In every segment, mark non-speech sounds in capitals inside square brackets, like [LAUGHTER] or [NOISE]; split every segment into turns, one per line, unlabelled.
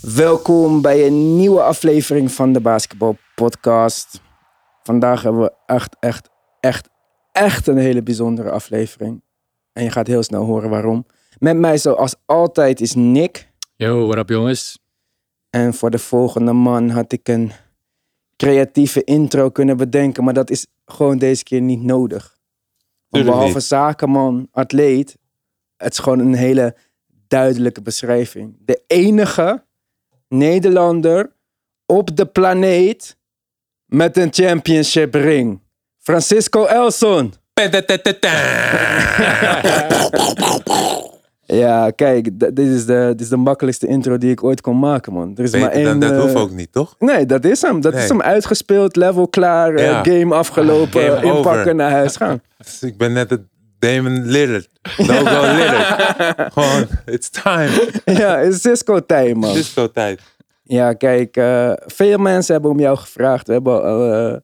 Welkom bij een nieuwe aflevering van de Basketbal Podcast. Vandaag hebben we echt, echt, echt, echt een hele bijzondere aflevering. En je gaat heel snel horen waarom. Met mij zoals altijd is Nick.
Yo, wat op jongens?
En voor de volgende man had ik een creatieve intro kunnen bedenken. Maar dat is gewoon deze keer niet nodig. Want
Tuurlijk
behalve
niet.
zakenman, atleet. Het is gewoon een hele duidelijke beschrijving. De enige Nederlander op de planeet met een championship ring. Francisco Elson. Ja, kijk, d- dit is, de, dit is de makkelijkste intro die ik ooit kon maken, man. Er is maar
Beter
één.
dan dat
eh,
hoeft ook niet, toch?
Nee, dat is hem. Dat
Nee.
is hem uitgespeeld, level klaar, eh,
Ja.
game afgelopen,
Game over.
inpakken, naar huis
[LAUGHS]
gaan.
Dus ik ben net het Damon
[LAUGHS]
Lillard. No go Lillard. Gewoon, it's time.
ja, het is Cisco tijd, man.
Het is zo tijd.
Ja, kijk, eh, veel mensen hebben om jou gevraagd. We hebben al eh,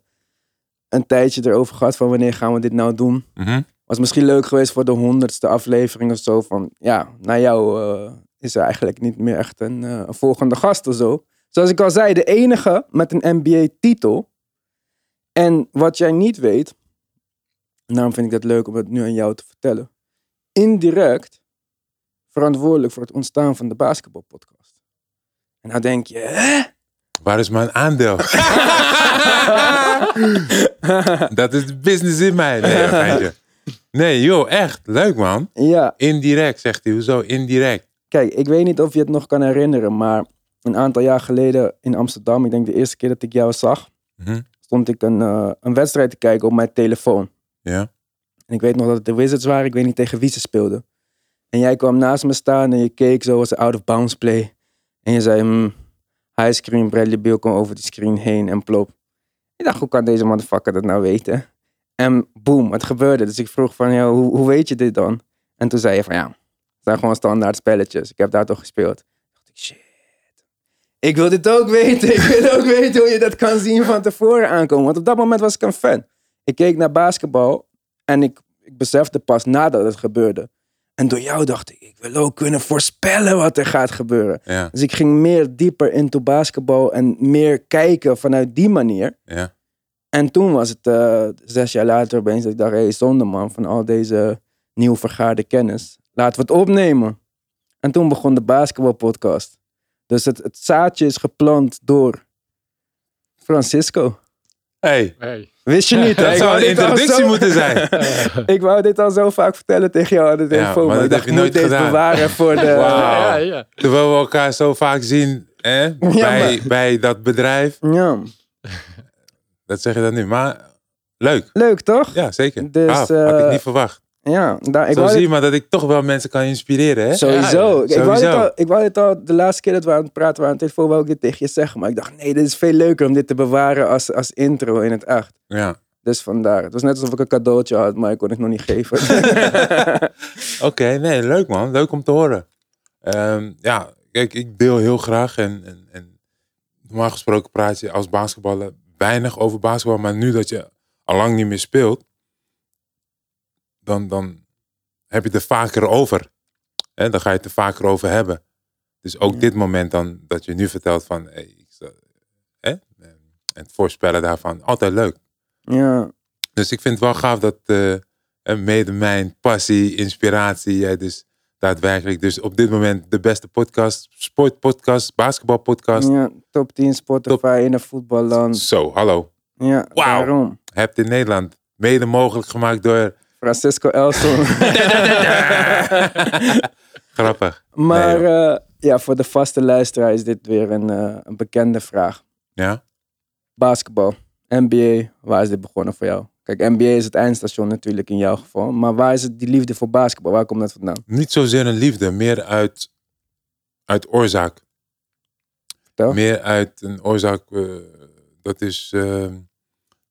een tijdje erover gehad van wanneer gaan we dit nou doen.
Mhm.
Was misschien leuk geweest voor de honderdste aflevering of zo. Van ja, na jou eh, is er eigenlijk niet meer echt een, eh, een volgende gast of zo. Zoals ik al zei, de enige met een NBA-titel. En wat jij niet weet, daarom vind ik dat leuk om het nu aan jou te vertellen. Indirect verantwoordelijk voor het ontstaan van de basketbalpodcast. En nou denk je, hè?
Waar is
[LAUGHS]
mijn aandeel? dat is de business in mij. Nee, geintje. nee, joh, echt. Leuk, man.
Ja,
Indirect, zegt hij. Hoezo indirect?
Kijk, ik weet niet of je het nog kan herinneren, maar een aantal jaar geleden in Amsterdam, ik denk de eerste keer dat ik jou zag,
Mhm.
stond ik een, eh, een wedstrijd te kijken op mijn telefoon.
Ja.
En ik weet nog dat het de Wizards waren, ik weet niet tegen wie ze speelden. En jij kwam naast me staan en je keek zo als een out-of-bounds play. En je zei, hmm, high screen, Bradley Beal kwam over die screen heen en plop. Ik dacht, hoe kan deze motherfucker dat nou weten? En boom, het gebeurde. Dus ik vroeg van, ja, hoe, hoe weet je dit dan? En toen zei je van, ja, het zijn gewoon standaard spelletjes. Ik heb daar toch gespeeld. Toen dacht ik, shit. Ik wil dit ook weten. Ik wil ook weten hoe je dat kan zien van tevoren aankomen. Want op dat moment was ik een fan. Ik keek naar basketbal en ik, ik besefte pas nadat het gebeurde. En door jou dacht ik, ik wil ook kunnen voorspellen wat er gaat gebeuren.
Ja,
Dus ik ging meer dieper into basketbal en meer kijken vanuit die manier.
ja.
En toen was het eh, zes jaar later opeens dat ik dacht, hé, hey, zonde man, van al deze nieuw vergaarde kennis. Laten we het opnemen. En toen begon de basketbalpodcast. Dus het, het zaadje is geplant door Francisco.
Hey,
Hey.
Wist je niet? hè? [LAUGHS] Ik
dat zou
wou
een
dit al
introductie
zo-
moeten
[LAUGHS]
zijn.
Ik wou dit al zo vaak vertellen tegen jou aan de telefoon.
maar
maar
dat
ik dacht,
heb je
ik moet
nooit
deze
gedaan.
bewaren voor de...
[LAUGHS]
Ah.
Wauw.
Ja, ja.
Terwijl we elkaar zo vaak zien hè, bij, bij dat bedrijf.
Ja,
Dat zeg je dan nu. Maar leuk.
leuk toch?
Ja, zeker.
Dus,
Dus, had
eh,
ik niet verwacht.
Ja, daar, ik
Zo
wou
zie
dit-
je maar dat ik toch wel mensen kan inspireren, hè?
Sowieso.
Ja,
ik, ik wou dit
sowieso.
al, ik wou dit al de laatste keer dat we aan het praten waren aan de telefoon, wou ik dit tegen je zeggen. Maar ik dacht, nee, dit is veel leuker om dit te bewaren als, als intro in het echt.
Ja.
Dus vandaar. Het was net alsof ik een cadeautje had, maar ik kon het nog niet
[LAUGHS]
geven.
Oké, nee, leuk man. Leuk om te horen. Ehm, ja, kijk, ik deel heel graag en, en, en normaal gesproken praat je als basketballer weinig over basketbal, maar nu dat je al lang niet meer speelt, dan, dan heb je het er vaker over. Hè, dan ga je het er vaker over hebben. Dus ook
Ja.
dit moment dan dat je nu vertelt van, hey, ik, sta- hè? en het voorspellen daarvan, altijd leuk.
ja,
Dus ik vind het wel gaaf dat eh, eh, mede mijn passie, inspiratie, jij dus daadwerkelijk dus op dit moment de beste podcast, sportpodcast, basketbalpodcast.
ja, top 10 Spotify in een voetballand.
Zo, hallo.
Ja,
Wauw.
daarom.
Hebt in Nederland mede mogelijk gemaakt door
Francisco
[LAUGHS]
Elson.
grappig.
maar
Nee,
eh, ja, voor de vaste luisteraar is dit weer een, eh, een bekende vraag.
Ja,
basketbal, NBA, waar is dit begonnen voor jou? Kijk, NBA is het eindstation natuurlijk in jouw geval. Maar waar is het die liefde voor basketbal? Waar komt dat vandaan?
niet zozeer een liefde, meer uit, uit oorzaak.
Vertel.
Meer uit een oorzaak, eh, dat is, eh,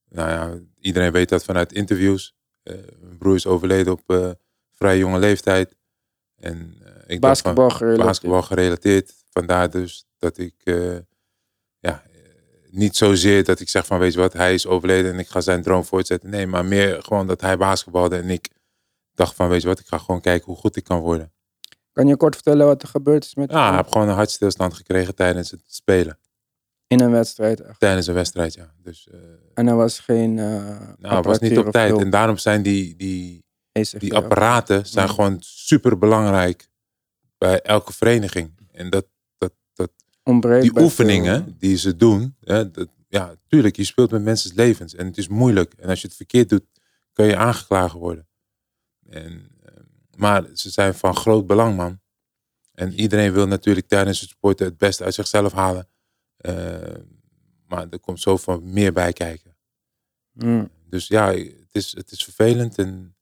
nou ja, iedereen weet dat vanuit interviews. Eh, mijn broer is overleden op eh, vrij jonge leeftijd. En eh, ik dacht van,
Basketbal gerelateerd.
basketbal gerelateerd. Vandaar dus dat ik eh, ja, eh, niet zozeer dat ik zeg van weet je wat, hij is overleden en ik ga zijn droom voortzetten. Nee, maar meer gewoon dat hij basketbalde en ik dacht van weet je wat, ik ga gewoon kijken hoe goed ik kan worden.
Kan je kort vertellen wat er gebeurd is met
Ja, ik heb gewoon een hartstilstand gekregen tijdens het spelen.
in een wedstrijd? echt?
Tijdens een wedstrijd, ja. Dus eh
En er was geen. eh,
nou, het was niet
apparatuur
op
of
tijd.
hulp.
En daarom zijn die, die,
ECG
die
ook.
apparaten zijn
Mm.
gewoon super belangrijk bij elke vereniging. En dat,
Ontbreekt
die
bij
oefeningen die ze doen, hè, dat, ja, tuurlijk, je speelt met mensen's levens. En het is moeilijk. En als je het verkeerd doet, kun je aangeklagen worden. En, eh, maar ze zijn van groot belang, man. En iedereen wil natuurlijk tijdens het sporten het beste uit zichzelf halen. Eh, maar er komt zoveel meer bij kijken.
veel- Mm.
Dus ja, het is, het is vervelend. En,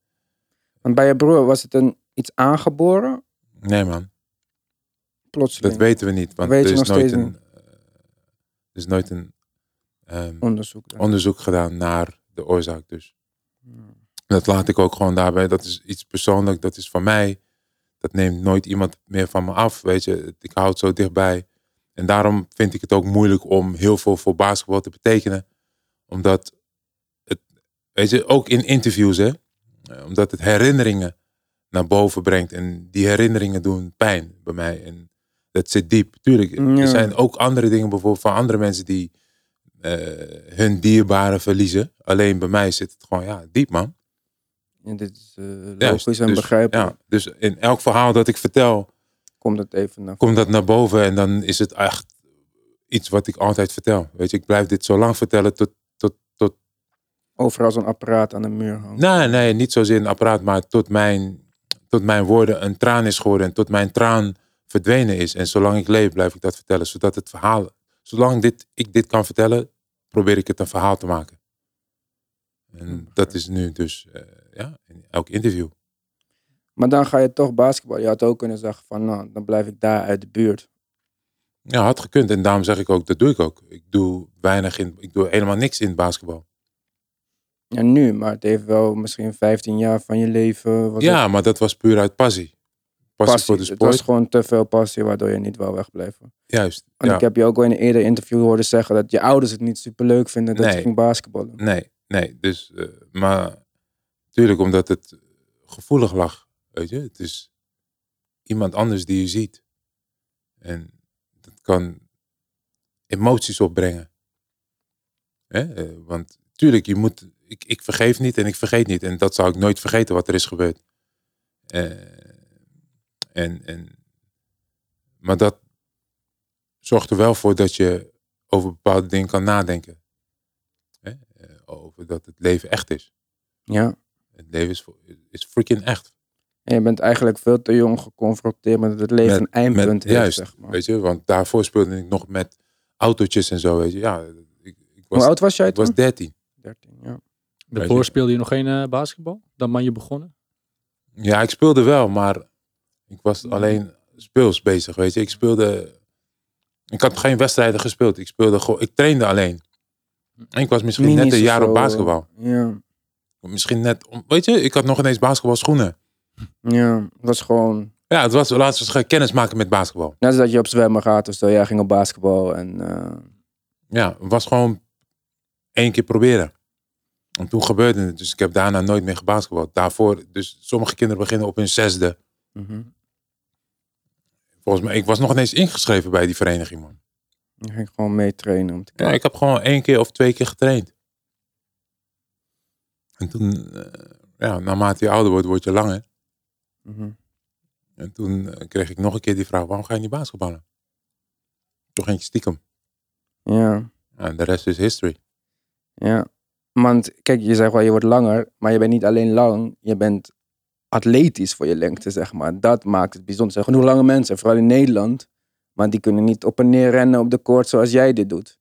Want bij je broer was het een, iets aangeboren?
nee, man, dat
Plotseling.
weten we niet. Want
Weet
er
je
is
nog
nooit
steeds
een,
niet?
eh, er is nooit een ehm,
Onderzoek. dan.
onderzoek gedaan naar de oorzaak. Dus.
Mm.
Dat laat ik ook gewoon daarbij. Dat is iets persoonlijk, dat is van mij. Dat neemt nooit iemand meer van me af, weet je. Ik hou het zo dichtbij. En daarom vind ik het ook moeilijk om heel veel voor basketbal te betekenen. Omdat het, weet je, ook in interviews, hè. Eh, Omdat het herinneringen naar boven brengt. En die herinneringen doen pijn bij mij. En dat zit diep. Tuurlijk,
Ja.
er zijn ook andere dingen bijvoorbeeld van andere mensen die eh, hun dierbaren verliezen. Alleen bij mij zit het gewoon, ja, diep man.
Ja, dit is eh, logisch
Juist,
en
dus,
begrijpelijk.
Ja, dus in elk verhaal dat ik vertel,
Komt het even naar
komt dat naar boven. En dan is het echt iets wat ik altijd vertel. Weet je, ik blijf dit zo lang vertellen tot...
Overal zo'n apparaat aan de muur hangt.
Nee, nee, niet zozeer een apparaat, maar tot mijn, tot mijn woorden een traan is geworden. En tot mijn traan verdwenen is. En zolang ik leef, blijf ik dat vertellen. Zodat het verhaal... Zolang dit, ik dit kan vertellen, probeer ik het een verhaal te maken. En dat is nu dus, eh, ja, in elk interview.
Maar dan ga je toch basketbal. Je had ook kunnen zeggen van, nou, dan blijf ik daar uit de buurt.
Ja, had gekund. En daarom zeg ik ook, dat doe ik ook. Ik doe weinig in, ik doe helemaal niks in het basketbal.
Ja, nu, maar het heeft wel misschien 15 jaar van je leven. Was het
ja, maar dat was puur uit passie. Passie,
passie.
voor de
Het
sport.
was gewoon te veel passie, waardoor je niet wou wegblijven.
Juist.
Want
Ja.
ik heb je ook al in een eerder interview horen zeggen dat je ouders het niet superleuk vinden dat je
Nee.
ging basketballen.
Nee, nee. Dus, eh, maar natuurlijk omdat het gevoelig lag. Weet je, het is iemand anders die je ziet. En dat kan emoties opbrengen. Hè? eh, want tuurlijk, je moet, ik, ik vergeef niet en ik vergeet niet. En dat zou ik nooit vergeten wat er is gebeurd. Eh, en, en, maar dat zorgt er wel voor dat je over bepaalde dingen kan nadenken eh, over dat het leven echt is.
Ja.
Het leven is, is freaking echt.
En je bent eigenlijk veel te jong geconfronteerd met dat het leven
Met-
een eindpunt
met-
heeft,
juist,
zeg maar.
Weet je, want daarvoor speelde ik nog met autootjes en zo. Weet je, ja, ik, ik
Hoe
was,
oud was jij
ik
toen?
was 13.
13, ja.
Weet
Daarvoor
je.
speelde je nog geen eh, basketbal? Dan ben je [LAUGHS] begonnen?
Ja, ik speelde wel, maar ik was alleen speels bezig. Weet je, ik speelde. Ik had geen wedstrijden gespeeld. Ik speelde gewoon. Ik trainde alleen. En ik was misschien net
Hm. Minis
een
of
jaar
zo, eh.
op basketbal.
Ja,
Misschien net. om- Weet je, ik had nog ineens basketbalschoenen.
ja. Het was gewoon...
Ja, het was laatst was ik kennis maken met basketbal.
Net als dat je op zwemmen gaat of zo. Jij ging op basketbal en... eh,
Ja, het was gewoon één keer proberen. En toen gebeurde het. Dus ik heb daarna nooit meer gebasketbald. Daarvoor, dus sommige kinderen beginnen op hun zesde.
mhm.
Volgens mij, ik was nog ineens ingeschreven bij die vereniging, man.
Je ging gewoon mee trainen om te
Ja, ik heb gewoon één keer of twee keer getraind. En toen, eh, ja, naarmate je ouder wordt, word je langer.
Mhm.
En toen eh, kreeg ik nog een keer die vraag, waarom ga je niet basketballen? Toen ging ik stiekem.
Ja,
Ja, En de rest is history.
ja. Want kijk, je zegt wel, je wordt langer, maar je bent niet alleen lang, je bent atletisch voor je lengte, zeg maar. Dat maakt het bijzonder. Er zijn genoeg lange mensen, vooral in Nederland, maar die kunnen niet op en neer rennen op de koord zoals jij dit doet.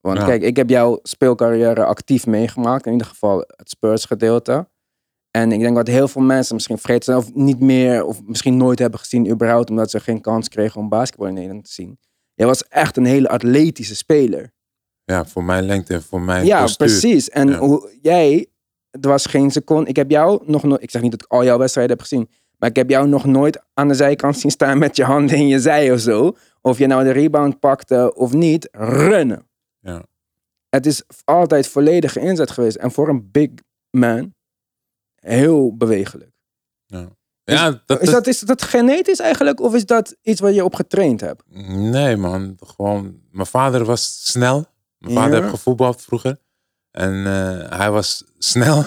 Want
Ja.
kijk, ik heb jouw speelcarrière actief meegemaakt, in ieder geval het Spurs gedeelte. En ik denk dat heel veel mensen misschien vergeten zijn of niet meer, of misschien nooit hebben gezien überhaupt, omdat ze geen kans kregen om basketbal in Nederland te zien. Jij was echt een hele atletische speler.
Ja, voor mijn lengte en voor mijn
Ja,
postuur.
precies. En
Ja.
hoe jij, het was geen seconde. Ik heb jou nog nooit, ik zeg niet dat ik al jouw wedstrijden heb gezien, maar ik heb jou nog nooit aan de zijkant zien staan met je handen in je zij of zo. Of je nou de rebound pakte of niet, runnen.
Ja.
Het is altijd volledige inzet geweest. En voor een big man, heel bewegelijk.
Ja, dat,
Is dat, is dat genetisch eigenlijk of is dat iets waar je op getraind hebt?
Nee, man. Gewoon, mijn vader was snel. Mijn vader
Ja.
heeft gevoetbald vroeger. En eh, hij was snel.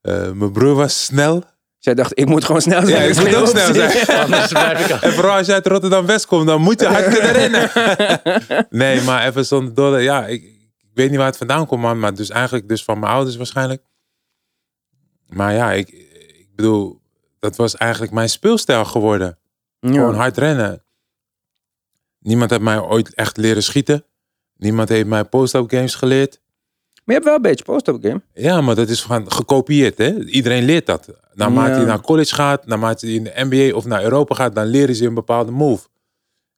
Eh, mijn broer was snel.
Zij dacht, ik moet gewoon snel
Ja,
zijn.
ik moet
[LAUGHS]
ook snel zijn.
Anders blijf ik
En vooral als je uit Rotterdam-West komt, dan moet je hard [LAUGHS] kunnen rennen. nee, maar even zonder dolle. Ja, ik, ik weet niet waar het vandaan komt, man. Maar dus eigenlijk dus van mijn ouders waarschijnlijk. Maar ja, ik, ik bedoel, dat was eigenlijk mijn speelstijl geworden. Gewoon
Ja.
hard rennen. Niemand heeft mij ooit echt leren schieten. Niemand heeft mij post-up games geleerd.
Maar je hebt wel een beetje post-up game.
Ja, maar dat is gewoon gekopieerd. Hè? Iedereen leert dat. Naarmate
Ja.
je naar college gaat, naarmate je in de NBA of naar Europa gaat, dan leren ze een bepaalde move.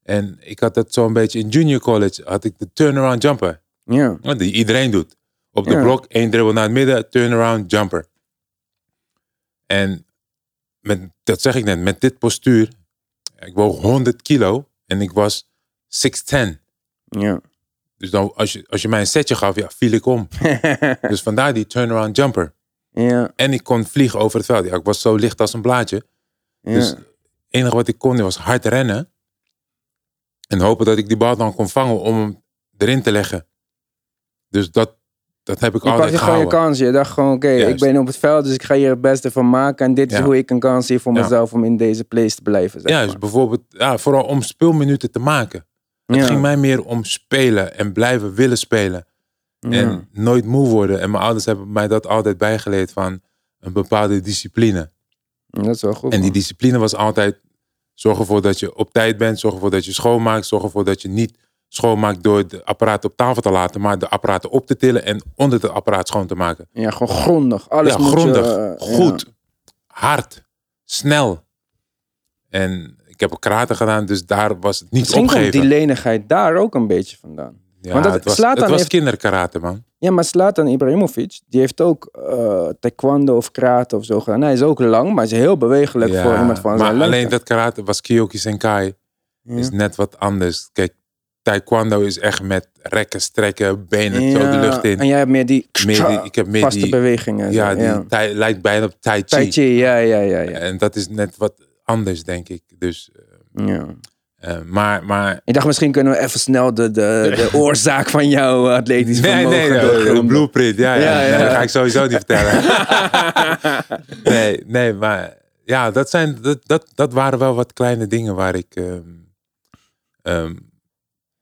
En ik had dat zo'n beetje in junior college, had ik de turnaround jumper.
Ja.
Want die iedereen doet. Op de
Ja.
blok, één dribbel naar het midden, turnaround, jumper. En met, dat zeg ik net, met dit postuur. Ik woog 100 kilo en ik was 6'10.
Ja.
Dus dan, als, je, als je mij een setje gaf, ja, viel ik
[LAUGHS]
om. dus vandaar die turnaround jumper.
ja.
En ik kon vliegen over het veld. Ja, ik was zo licht als een blaadje.
ja.
Dus het enige wat ik kon was hard rennen. En hopen dat ik die bal dan kon vangen om hem erin te leggen. Dus dat, dat heb ik
je pakte
altijd
gewoon je
gehouden.
kans. Je dacht gewoon, oké, ik
Juist.
ben op het veld, dus ik ga hier het beste van maken. En dit is
Ja.
hoe ik een kans zie voor
Ja.
mezelf om in deze place te blijven. Zeg
Ja, dus
maar.
bijvoorbeeld, ja, vooral om speelminuten te maken.
ja.
Het ging mij meer om spelen en blijven willen spelen. En
Ja.
nooit moe worden. En mijn ouders hebben mij dat altijd bijgeleerd van een bepaalde discipline.
Dat is wel goed.
En die
man.
discipline was altijd zorg ervoor dat je op tijd bent. Zorg ervoor dat je schoonmaakt. Zorg ervoor dat je niet schoonmaakt door de apparaten op tafel te laten. Maar de apparaten op te tillen en onder het apparaat schoon te maken.
Ja, gewoon grondig. Alles
ja,
moet je,
grondig,
eh, ja.
goed, hard, snel. En ik heb karate gedaan, dus daar was het niet
Misschien komt
opgeven.
die lenigheid daar ook een beetje vandaan.
Ja,
Want dat-
het was,
Zlatan
het was
heeft-
kinderkarate, man.
Ja, maar Slatan Ibrahimovic, die heeft ook eh, taekwondo of karate of zo gedaan. Hij is ook lang, maar is heel bewegelijk
Ja,
voor iemand van
maar
zijn
alleen
leeftijd. Mm.
dat karate was Kyokushinkai.
Ja.
Is net wat anders. Kijk, taekwondo is echt met rekken, strekken, benen zo de
Ja,
lucht in.
En jij hebt meer die,
Meer die, ik heb meer
vaste
die...
bewegingen. en
Ja,
zo,
die tai- lijkt bijna op tai chi.
Tai chi, ja, ja, ja. ja.
En dat is net wat anders, denk ik. Dus,
ja.
eh, maar, maar
Ik dacht, misschien kunnen we even snel de, de, de oorzaak van jouw eh, atletisch
Nee,
vermogen
nee, nee, de
doorgronden.
blueprint. Ja,
Ja,
ja, Nee,
ja.
dat ga ik sowieso niet vertellen.
[LAUGHS]
nee, nee, maar ja, dat, zijn, dat, dat, dat waren wel wat kleine dingen waar ik ehm, ehm,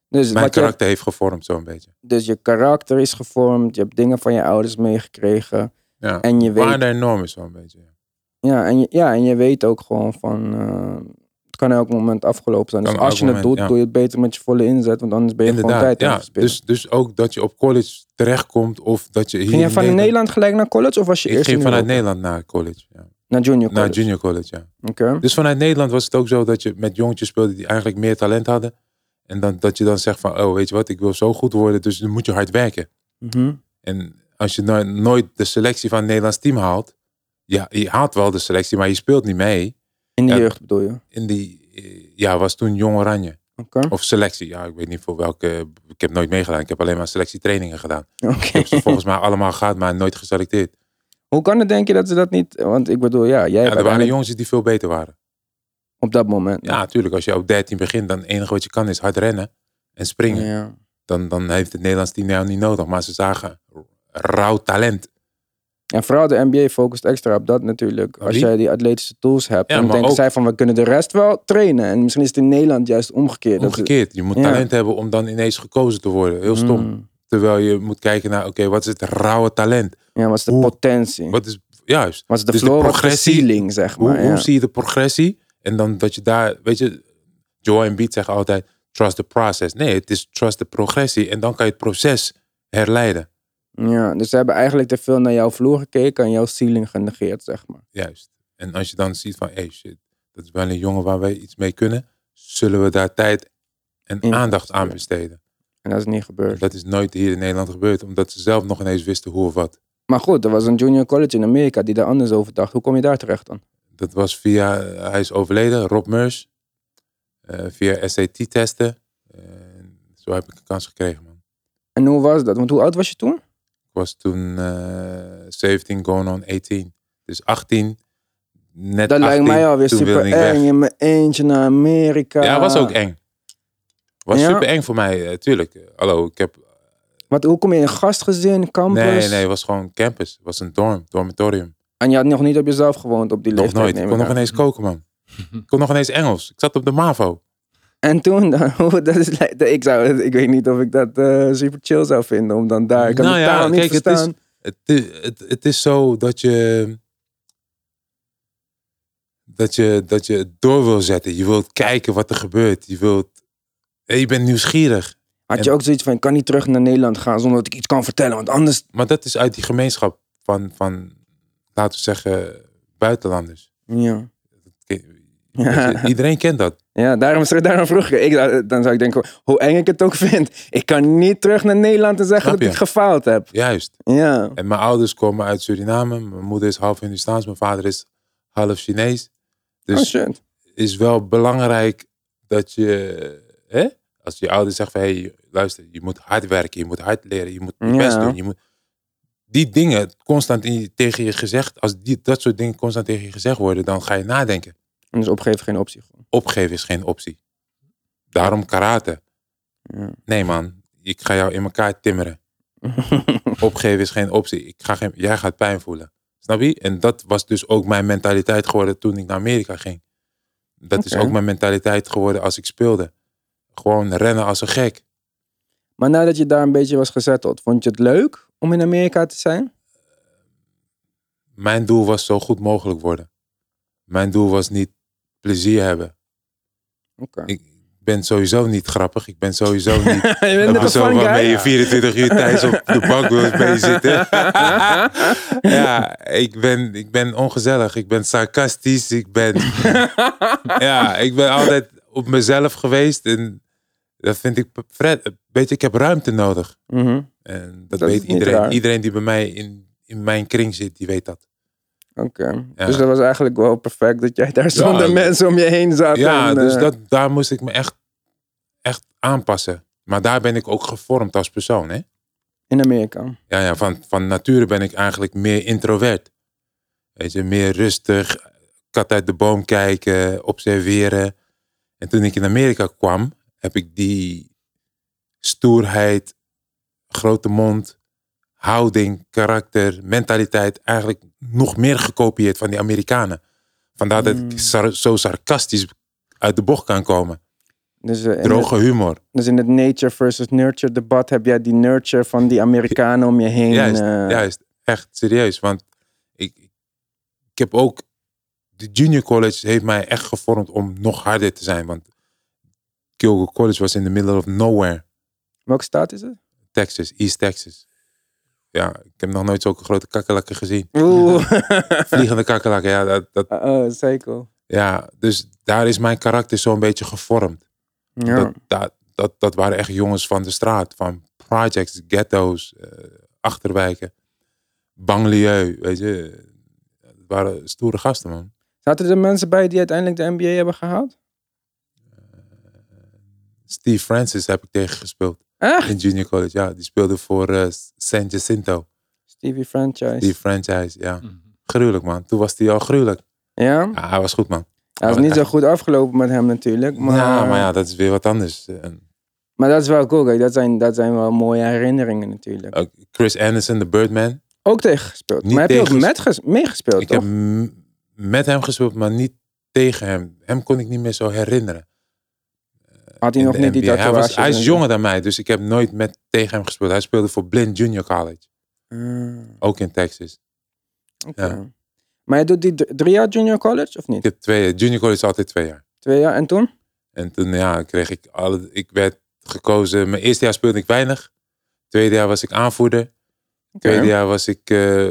Dus,
mijn
wat je,
karakter heeft gevormd, zo'n beetje.
dus je karakter is gevormd, je hebt dingen van je ouders meegekregen.
Ja.
En je weet
Waarde en normen, zo'n beetje.
Ja, en je, ja, en je weet ook gewoon van. eh, het kan elk moment afgelopen zijn. Dus
Kan
als
elk
je het
moment,
doet,
ja.
doe je het beter met je volle inzet. Want anders ben je gewoon
Inderdaad.
tijd aan
Ja.
het verspillen.
Dus, dus ook dat je op college terechtkomt of dat je hier.
Ging
in
je van Nederland gelijk naar college? Of was je
Ik
eerst
ging
in
vanuit
Europa?
Nederland naar college. Ja.
Naar junior
Naar
college?
junior college, ja.
Oké.
Dus vanuit Nederland was het ook zo dat je met jongetjes speelde die eigenlijk meer talent hadden. En dan, dat je dan zegt van, oh weet je wat, ik wil zo goed worden, dus dan moet je hard werken.
Mhm.
En als je nou nooit de selectie van het Nederlands team haalt, ja, je haalt wel de selectie, maar je speelt niet mee.
In de
Ja.
jeugd bedoel je?
In die, eh, ja, was toen Jong Oranje.
Oké.
Of selectie, ja, ik weet niet voor welke, ik heb nooit meegedaan. Ik heb alleen maar selectietrainingen gedaan. Ik
[LAUGHS] Oké.
heb ze volgens mij allemaal gehad, maar nooit geselecteerd.
Hoe kan het denk je dat ze dat niet... Want ik bedoel, ja, jij
Ja,
hebt
er waren
uiteindelijk
jongens die veel beter waren.
op dat moment.
Ja, natuurlijk, als je op 13 begint, dan het enige wat je kan is hard rennen en springen.
Ja.
dan, dan heeft het Nederlands team jou niet nodig. Maar ze zagen rauw talent.
En vooral de NBA focust extra op dat natuurlijk.
Maar
Als
wie?
jij die atletische tools hebt,
Ja,
dan
maar
denken
ook-
zij van we kunnen de rest wel trainen. En misschien is het in Nederland juist omgekeerd. dat ze-
Omgekeerd, je moet
Ja.
talent hebben om dan ineens gekozen te worden. Heel stom.
Mm.
Terwijl je moet kijken naar, oké, wat is het rauwe talent?
Ja, wat is de
Hoe-
potentie?
Wat is, juist,
Wat is de
Dus de
floor of de
progressie-
ceiling, zeg
hoe,
maar. ja.
hoe zie je de progressie? En dan dat je daar, weet je, Joe en Beat zeggen altijd, trust the process. Nee, het is trust the progressie. En dan kan je het proces herleiden.
Ja, dus ze hebben eigenlijk te veel naar jouw vloer gekeken en jouw ceiling genegeerd, zeg maar.
Juist. En als je dan ziet van, hey shit, dat is wel een jongen waar wij iets mee kunnen. Zullen we daar tijd en
Ja.
aandacht aan besteden?
En dat is niet
En
gebeurd.
Dat is nooit hier in Nederland gebeurd, omdat ze zelf nog ineens wisten hoe of wat.
Maar goed, er was een junior college in Amerika die daar anders over dacht. Hoe kom je daar terecht dan?
Dat was via, hij is overleden, Rob Meurs. Eh, via SAT-testen. Eh, zo heb ik een kans gekregen, man.
En hoe was dat? Want hoe oud was je toen?
Ik was toen eh, 17, going on 18. Dus 18, net
Dat lijkt
18,
mij alweer
toen wilde
super
ik weg.
eng. In mijn eentje naar Amerika.
Ja, was ook eng. Was
Ja.
super eng voor mij, eh, tuurlijk. Eh, Hallo, ik heb...
Wat, hoe kom je in een gastgezin, campus?
Nee, nee, het was gewoon campus. Het was een dorm, dormitorium.
En je had nog niet op jezelf gewoond op die
Nog
leeftijd.
nooit.
neem ik
Ik kon nog
aan.
ineens koken, man. Ik kon nog ineens Engels. Ik zat op de MAVO.
En toen, [LAUGHS] dan, hoe- dat is, li- ik, zou, ik weet niet of ik dat eh, super chill zou vinden om dan daar. Ik kan
Nou
de
ja,
taal niet
kijk, het is-
verstaan.
Het, i- het, het is zo dat je... Dat je, dat je het door wil zetten. Je wilt kijken wat er gebeurt. Je wilt... eh, Je bent nieuwsgierig.
Had je ook zoiets van, ik kan niet terug naar Nederland gaan zonder dat ik iets kan vertellen. Want anders,
Maar dat is uit die gemeenschap van, van laten we zeggen, buitenlanders.
ja.
Weet je, Iedereen kent dat.
[LAUGHS] Ja, daarom, [LAUGHS] daarom vroeg ik. ik. zou- Dan zou ik denken, hoe eng ik het ook vind. Ik kan niet terug naar Nederland en zeggen
Snap
dat ik
je?
gefaald heb.
Juist.
Ja.
En mijn ouders komen uit Suriname. Mijn moeder is half Hindoestaans. Mijn vader is half Chinees.
oh
Dus
shit.
is wel belangrijk dat je, hè, als je ouders zeggen van, hey, luister, je moet hard werken, je moet hard leren, je moet je
Ja.
best doen. Je moet... Die dingen constant in je- tegen je gezegd, als die, dat soort dingen constant tegen je gezegd worden, dan ga je nadenken.
En dus opgeven geen optie. gewoon.
Opgeven is geen optie. Daarom karate.
Ja.
Nee man, ik ga jou in
[LAUGHS]
elkaar timmeren. Opgeven is geen optie. Ik ga geen, jij gaat pijn voelen. Snap je? En dat was dus ook mijn mentaliteit geworden toen ik naar Amerika ging. Dat is
Oké.
ook mijn mentaliteit geworden als ik speelde. Gewoon rennen als een gek.
maar nadat je daar een beetje was gezetteld, vond je het leuk om in Amerika te zijn?
Mijn doel was zo goed mogelijk worden. Mijn doel was niet plezier hebben.
Oké.
Ik ben sowieso niet grappig. Ik ben sowieso
[LAUGHS]
niet
je bent
Een
net een
persoon
fun
waarmee
guy.
je 24 uur thuis op de bank
[LAUGHS]
wilt meezitten. [LAUGHS] ja, ik ben, ik ben ongezellig. Ik ben sarcastisch.
[LAUGHS]
Ik ben... ja, ik ben altijd op mezelf geweest. En dat vind ik... Fred, weet je, ik heb ruimte nodig.
Mhm.
En dat,
Dat is
weet
niet raar.
iedereen. Iedereen die bij mij in, in mijn kring zit, die weet dat.
Oké.
Ja.
Dus dat was eigenlijk wel perfect dat jij daar zonder
Ja.
mensen om je heen zat.
Ja,
en,
dus
eh,
dat, daar moest ik me echt, echt aanpassen. Maar daar ben ik ook gevormd als persoon, hè?
In Amerika.
Ja, ja van, van nature ben ik eigenlijk meer introvert. Weet je, meer rustig, kat uit de boom kijken, observeren. En toen ik in Amerika kwam, heb ik die stoerheid, grote mond, houding, karakter, mentaliteit eigenlijk nog meer gekopieerd van die Amerikanen. Vandaar dat
Mm.
ik sar- zo sarcastisch uit de bocht kan komen.
Dus, eh, in
Droge humor.
het- dus in het nature versus nurture debat heb jij die nurture van die Amerikanen om je heen.
Juist,
eh,
Juist, echt serieus. Want ik, ik heb ook. De junior college heeft mij echt gevormd om nog harder te zijn. Want Kilgore College was in the middle of nowhere,
Welke staat is het?
Texas, East Texas. Ja, ik heb nog nooit zulke grote kakkelakken
[LAUGHS]
gezien. [LAUGHS]
Oeh.
Vliegende kakkelakken, ja, dat, dat,
oh, zeker.
ja. Dus daar is mijn karakter zo'n beetje gevormd.
Ja.
Dat, dat, dat, dat waren echt jongens van de straat, van projects, ghetto's, eh, achterwijken, banlieue, weet je. Het waren stoere gasten, man.
Zaten er mensen bij die uiteindelijk de NBA hebben gehaald?
Steve Francis heb ik tegengespeeld
Echt?
in junior college. Ja, die speelde voor eh, San Jacinto,
Stevie Franchise.
die franchise. Ja,
Mm-hmm.
gruwelijk, man. Toen was hij al gruwelijk.
Ja?
Ja, hij was goed, man.
Hij is niet zo goed afgelopen met hem natuurlijk. Maar,
Oh, Ja, maar ja, dat is weer wat anders. Eh,
maar dat is wel cool. Kijk, dat, zijn, dat zijn wel mooie herinneringen natuurlijk.
ook Chris Anderson, de Birdman.
Ook tegengespeeld.
Eh, Niet
maar heb je ook
tegenges-
met ges- meegespeeld,
Ik
toch?
heb m- met hem gespeeld, maar niet tegen hem. Hem kon ik niet meer zo herinneren.
Had hij
In
nog
de
niet die
NBA. hij,
tatoeages?
was, hij is
en-
jonger dan mij, dus ik heb nooit met, tegen hem gespeeld. Hij speelde voor Blind Junior College,
Ah,
ook in Texas.
oké.
Ja.
Maar je doet die d- drie jaar junior college, of
Ik
niet?
heb twee jaar. Junior College is altijd twee jaar.
Twee jaar en toen?
En toen ja, kreeg ik alle. Ik werd gekozen. Mijn eerste jaar speelde ik weinig. Tweede jaar was ik aanvoerder.
Oké.
Tweede jaar was ik eh,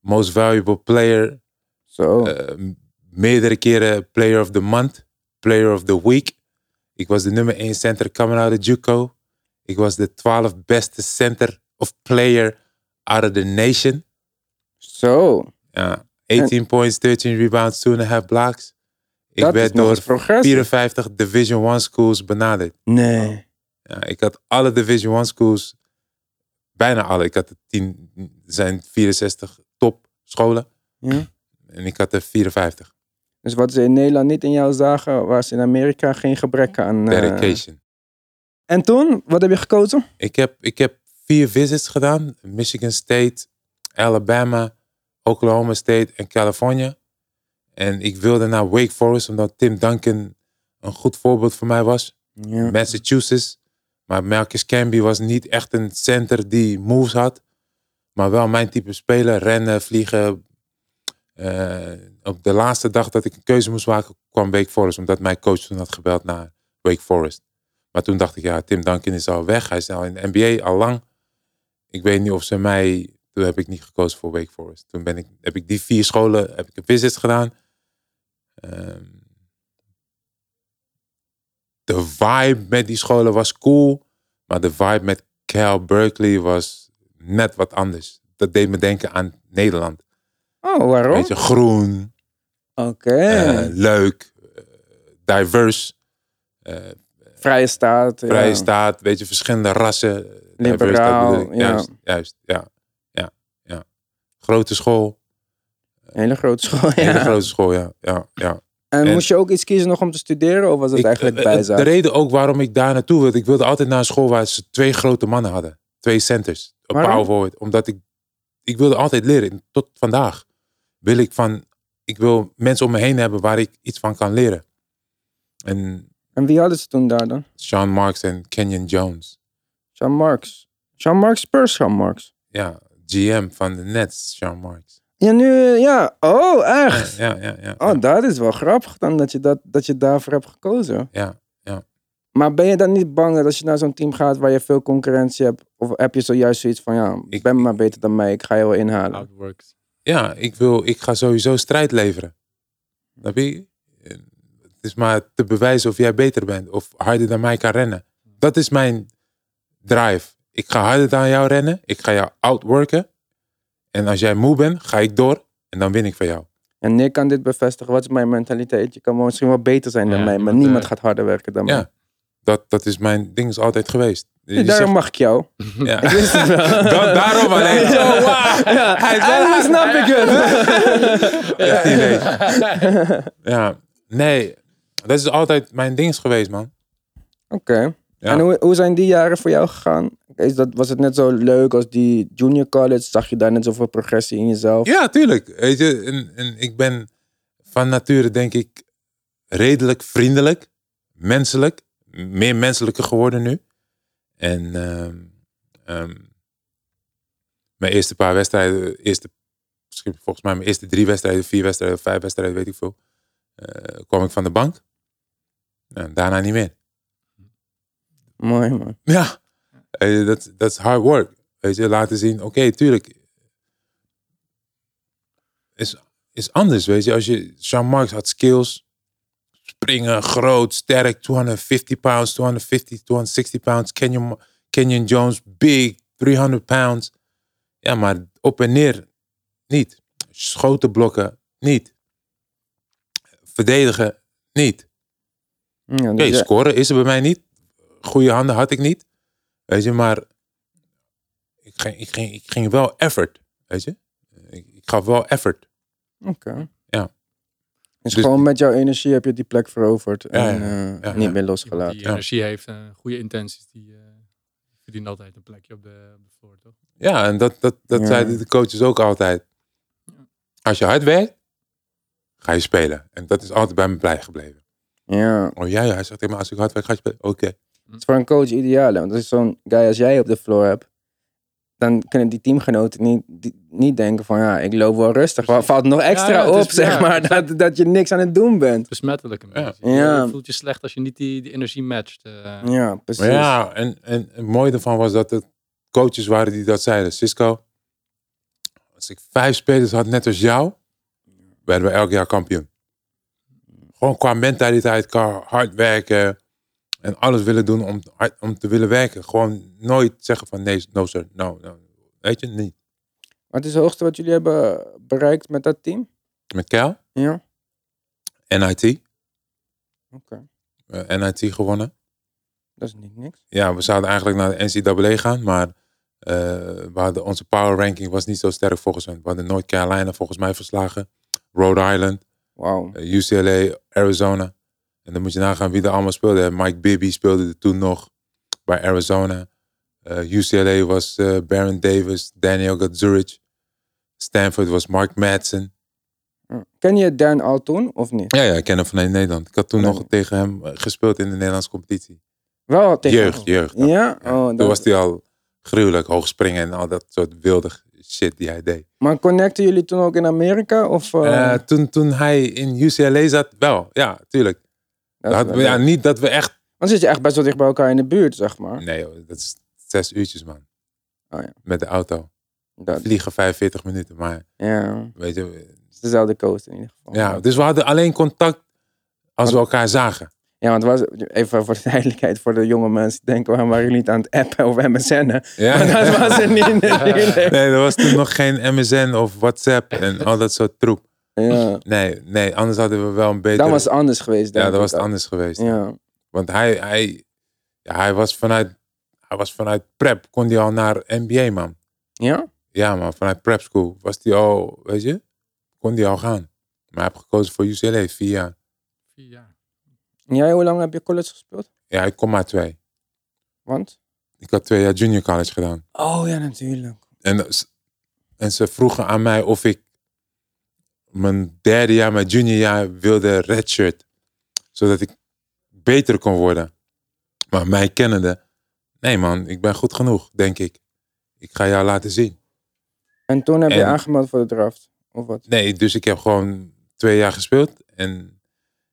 most valuable player.
Zo.
Eh, m- meerdere keren Player of the Month, Player of the Week. Ik was de nummer 1 center coming out of Juco. Ik was de 12 beste center of player out of the nation.
Zo.
Ja, 18 points, 13 rebounds, 2,5 blocks. Ik
dat is
werd
nog eens
door
progressie.
54 Division 1 schools benaderd.
Nee.
Ja, ik had alle Division 1 schools, bijna alle. Ik had de 10, er zijn 64 top scholen.
Ja.
En ik had er 54.
Dus wat ze in Nederland niet in jou zagen, was in Amerika geen gebrek aan. eh,
Dedication.
En toen, wat heb je gekozen?
Ik heb, ik heb vier visits gedaan. Michigan State, Alabama, Oklahoma State en California. En ik wilde naar Wake Forest, omdat Tim Duncan een goed voorbeeld voor mij was.
Ja.
Massachusetts. Maar Marcus Camby was niet echt een center die moves had. Maar wel mijn type speler. Rennen, vliegen. Eh, op de laatste dag dat ik een keuze moest maken, kwam Wake Forest. Omdat mijn coach toen had gebeld naar Wake Forest. Maar toen dacht ik, ja, Tim Duncan is al weg. Hij is al in de NBA, al lang. Ik weet niet of ze mij... Toen heb ik niet gekozen voor Wake Forest. Toen ben ik, heb ik die vier scholen, heb ik een visit gedaan. Ehm de vibe met die scholen was cool. Maar de vibe met Cal Berkeley was net wat anders. Dat deed me denken aan Nederland.
Oh, waarom?
Weet je, groen,
Oké.
eh, leuk, eh, diverse. eh,
Vrije staat. ja.
Vrije staat, weet je, verschillende rassen. eh, diverse, dat
Liberaal,
bedoel ik.
ja.
Juist, juist, ja. ja, ja. Grote school,
Een hele grote school. Ja.
hele grote school, ja. ja, ja.
En,
En-
moest je ook iets kiezen nog om te studeren? Of was het
Ik-
eigenlijk
eh, eh,
bijzaak?
De reden ook waarom ik daar naartoe wilde. Ik wilde altijd naar een school waar ze twee grote mannen hadden. Twee centers. Een
Waarom?
power forward. Omdat ik, ik wilde altijd leren. En Tot vandaag wil ik van... Ik wil mensen om me heen hebben waar ik iets van kan leren. En
En wie hadden ze toen daar dan?
Sean Marks en Kenyon Jones.
Sean Marks. Sean Marks, Spurs Sean Marks.
Ja, GM van de Nets, Sean Marks.
Ja, nu, eh, ja. Oh, echt?
Ja, ja, ja. ja.
Oh, dat is wel grappig dan dat je, dat, dat je daarvoor hebt gekozen.
Ja,
Maar ben je dan niet bang dat als je naar zo'n team gaat waar je veel concurrentie hebt, of heb je zojuist zoiets van, ja, ik
Ik-
ben maar beter dan mij, ik ga je wel inhalen?
Outworked.
ja ik, wil, ik ga sowieso strijd leveren. Snap je? En Het is maar te bewijzen of jij beter bent of harder dan mij kan rennen. Dat is mijn drive. Ik ga harder dan jou rennen, ik ga jou outworken. En als jij moe bent, ga ik door en dan win ik van jou.
En Nick kan dit bevestigen, wat is mijn mentaliteit? Je kan wel misschien wel beter zijn dan
Ja,
mij, maar
niemand,
niemand
eh,
gaat harder werken dan
ja,
mij.
Dat, dat is mijn ding is altijd geweest. Je
Ja, daarom mag ik
[LAUGHS]
jou. [LAUGHS]
zegt- ja.
Ik wist het wel.
Dat- daarom alleen. Zo, wauw.
Ja,
Hij is wel-
en nu snap ik
Ja, teenage.
het. Oké.
Ja, nee, dat is altijd mijn ding geweest, man. Ja.
En hoe, hoe zijn die jaren voor jou gegaan? Is dat, was het net zo leuk als die junior college? Zag je daar net zoveel progressie in jezelf?
Ja, tuurlijk. Weet je, en, en ik ben van nature, denk ik, redelijk vriendelijk, menselijk, meer menselijker geworden nu. En ehm, ehm, mijn eerste paar wedstrijden, eerste, misschien volgens mij mijn eerste drie wedstrijden, vier wedstrijden, vijf wedstrijden, weet ik veel, eh, kwam ik van de bank. Nou, daarna niet meer.
Mooi man.
Ja, Eh, dat dat is hard work. Weet je, laten zien, oké, tuurlijk. Is, is anders, weet je. Als je, Sean Marks had skills. Springen, groot, sterk, 250 pounds, 250, 260 pounds. Kenyon, Kenyon Jones, big, 300 pounds. Ja, maar op en neer, niet. Schoten blokken, niet. Verdedigen, niet.
Ja,
Oké,
dus ja,
scoren is er bij mij niet. Goede handen had ik niet. Weet je, maar ik ging, ik ging, ik ging wel effort. Weet je? Ik, ik gaf wel effort.
oké.
Ja.
Dus,
Dus-
gewoon met jouw energie heb je die plek veroverd
Ja,
en eh,
ja, ja,
niet
ja.
meer
Iemand
losgelaten.
die
Ja.
energie heeft en goede intenties, die eh verdient altijd een plekje op de, op de floor, toch?
Ja, en dat, dat, dat
Ja.
zeiden de coaches ook altijd. Als je hard werkt, ga je spelen. En dat is altijd bij me blij gebleven.
Ja.
Oh ja, ja. hij zegt tegen me, als ik hard werk, ga je spelen. Oké.
Het is voor een coach ideaal. hè, Want als je zo'n guy als jij op de floor hebt, dan kunnen die teamgenoten niet, die- niet denken van ja, ik loop wel rustig. Waar
Precies.
valt nog extra
ja, het
op,
is-
zeg
ja,
maar, dat, dat je niks aan het doen bent.
Besmettelijk een
Ja.
beetje.
Ja.
Je voelt je slecht als je niet die, die energie matcht. eh.
Ja, precies.
Maar ja, en, en het mooie ervan was dat het coaches waren die dat zeiden. Cisco, als ik vijf spelers had net als jou, werden we elk jaar kampioen. Gewoon qua mentaliteit, qua hard werken en alles willen doen om, hard- om te willen werken. Gewoon nooit zeggen van nee, no sir, no, no. Weet je, niet.
Wat is het hoogste wat jullie hebben bereikt met dat team?
Met Kel,
Ja, oké.
NIT, eh, NIT gewonnen.
Dat is niet niks.
ja, we zouden eigenlijk naar de NCAA gaan, maar eh, we hadden, onze power ranking was niet zo sterk volgens hen. We hadden North Carolina volgens mij verslagen. Rhode Island,
Wauw.
eh, UCLA, Arizona. En dan moet je nagaan wie er allemaal speelde. hè. Mike Bibby speelde er toen nog bij Arizona. Eh, UCLA was eh, Baron Davis, Daniel Gazurich. Stanford was Mark Madsen.
Hm. Ken je Dan Alton of niet?
Ja, ja, ik ken hem vanuit Nederland. Ik had toen
Nee.
nog tegen hem eh, gespeeld in de Nederlandse competitie.
Wel tegen
Jeugd, jeugd.
Ja?
Ja,
Oh,
toen
dat-
was hij al gruwelijk hoog springen en al dat soort wilde shit die hij deed.
Maar connecten jullie toen ook in Amerika? Of, eh,
Eh, toen, toen hij in UCLA zat, wel, ja, tuurlijk.
dat is
Had-
wel
ja,
leuk.
niet dat we echt.
Dan zit je echt best wel dicht bij elkaar in de buurt, zeg maar.
Nee, joh, dat is zes uurtjes, man.
Oh, ja.
Met de auto.
Dat, Oh,
Vliegen 45 minuten, maar
ja,
weet je.
het is dezelfde coast in ieder geval.
Ja, dus we hadden alleen contact als we elkaar
[LAUGHS]
zagen.
Ja, want het was, even voor de [LAUGHS] duidelijkheid, voor de jonge mensen die denken, waarom waren jullie niet aan het appen of
[LAUGHS]
MSN'en?
Ja.
Maar dat was het niet natuurlijk.
Nee, er was toen nog geen MSN of WhatsApp en al dat soort troep.
Ja.
Nee, nee, anders hadden we wel een betere...
Dan was het anders geweest, denk
ja, dat
ik
was het
ook.
anders geweest.
Ja.
Want hij, hij, ja, hij, was vanuit, hij was vanuit prep, kon hij al naar NBA, man.
Ja?
Ja, man, vanuit prep school was hij al, weet je, kon hij al gaan. Maar hij heeft gekozen voor UCLA, vier jaar.
Vier jaar.
En jij, hoe lang heb je college gespeeld?
Ja, ik kom maar twee.
Want?
Ik had twee jaar junior college gedaan.
Oh ja, natuurlijk.
En, s- en ze vroegen aan mij of ik mijn derde jaar, mijn juniorjaar wilde redshirt. Zodat ik beter kon worden. Maar mij kennende, nee man, ik ben goed genoeg, denk ik. Ik ga jou laten zien.
En toen heb je
En-
aangemeld voor de draft, of wat?
Nee, dus ik heb gewoon twee jaar gespeeld. En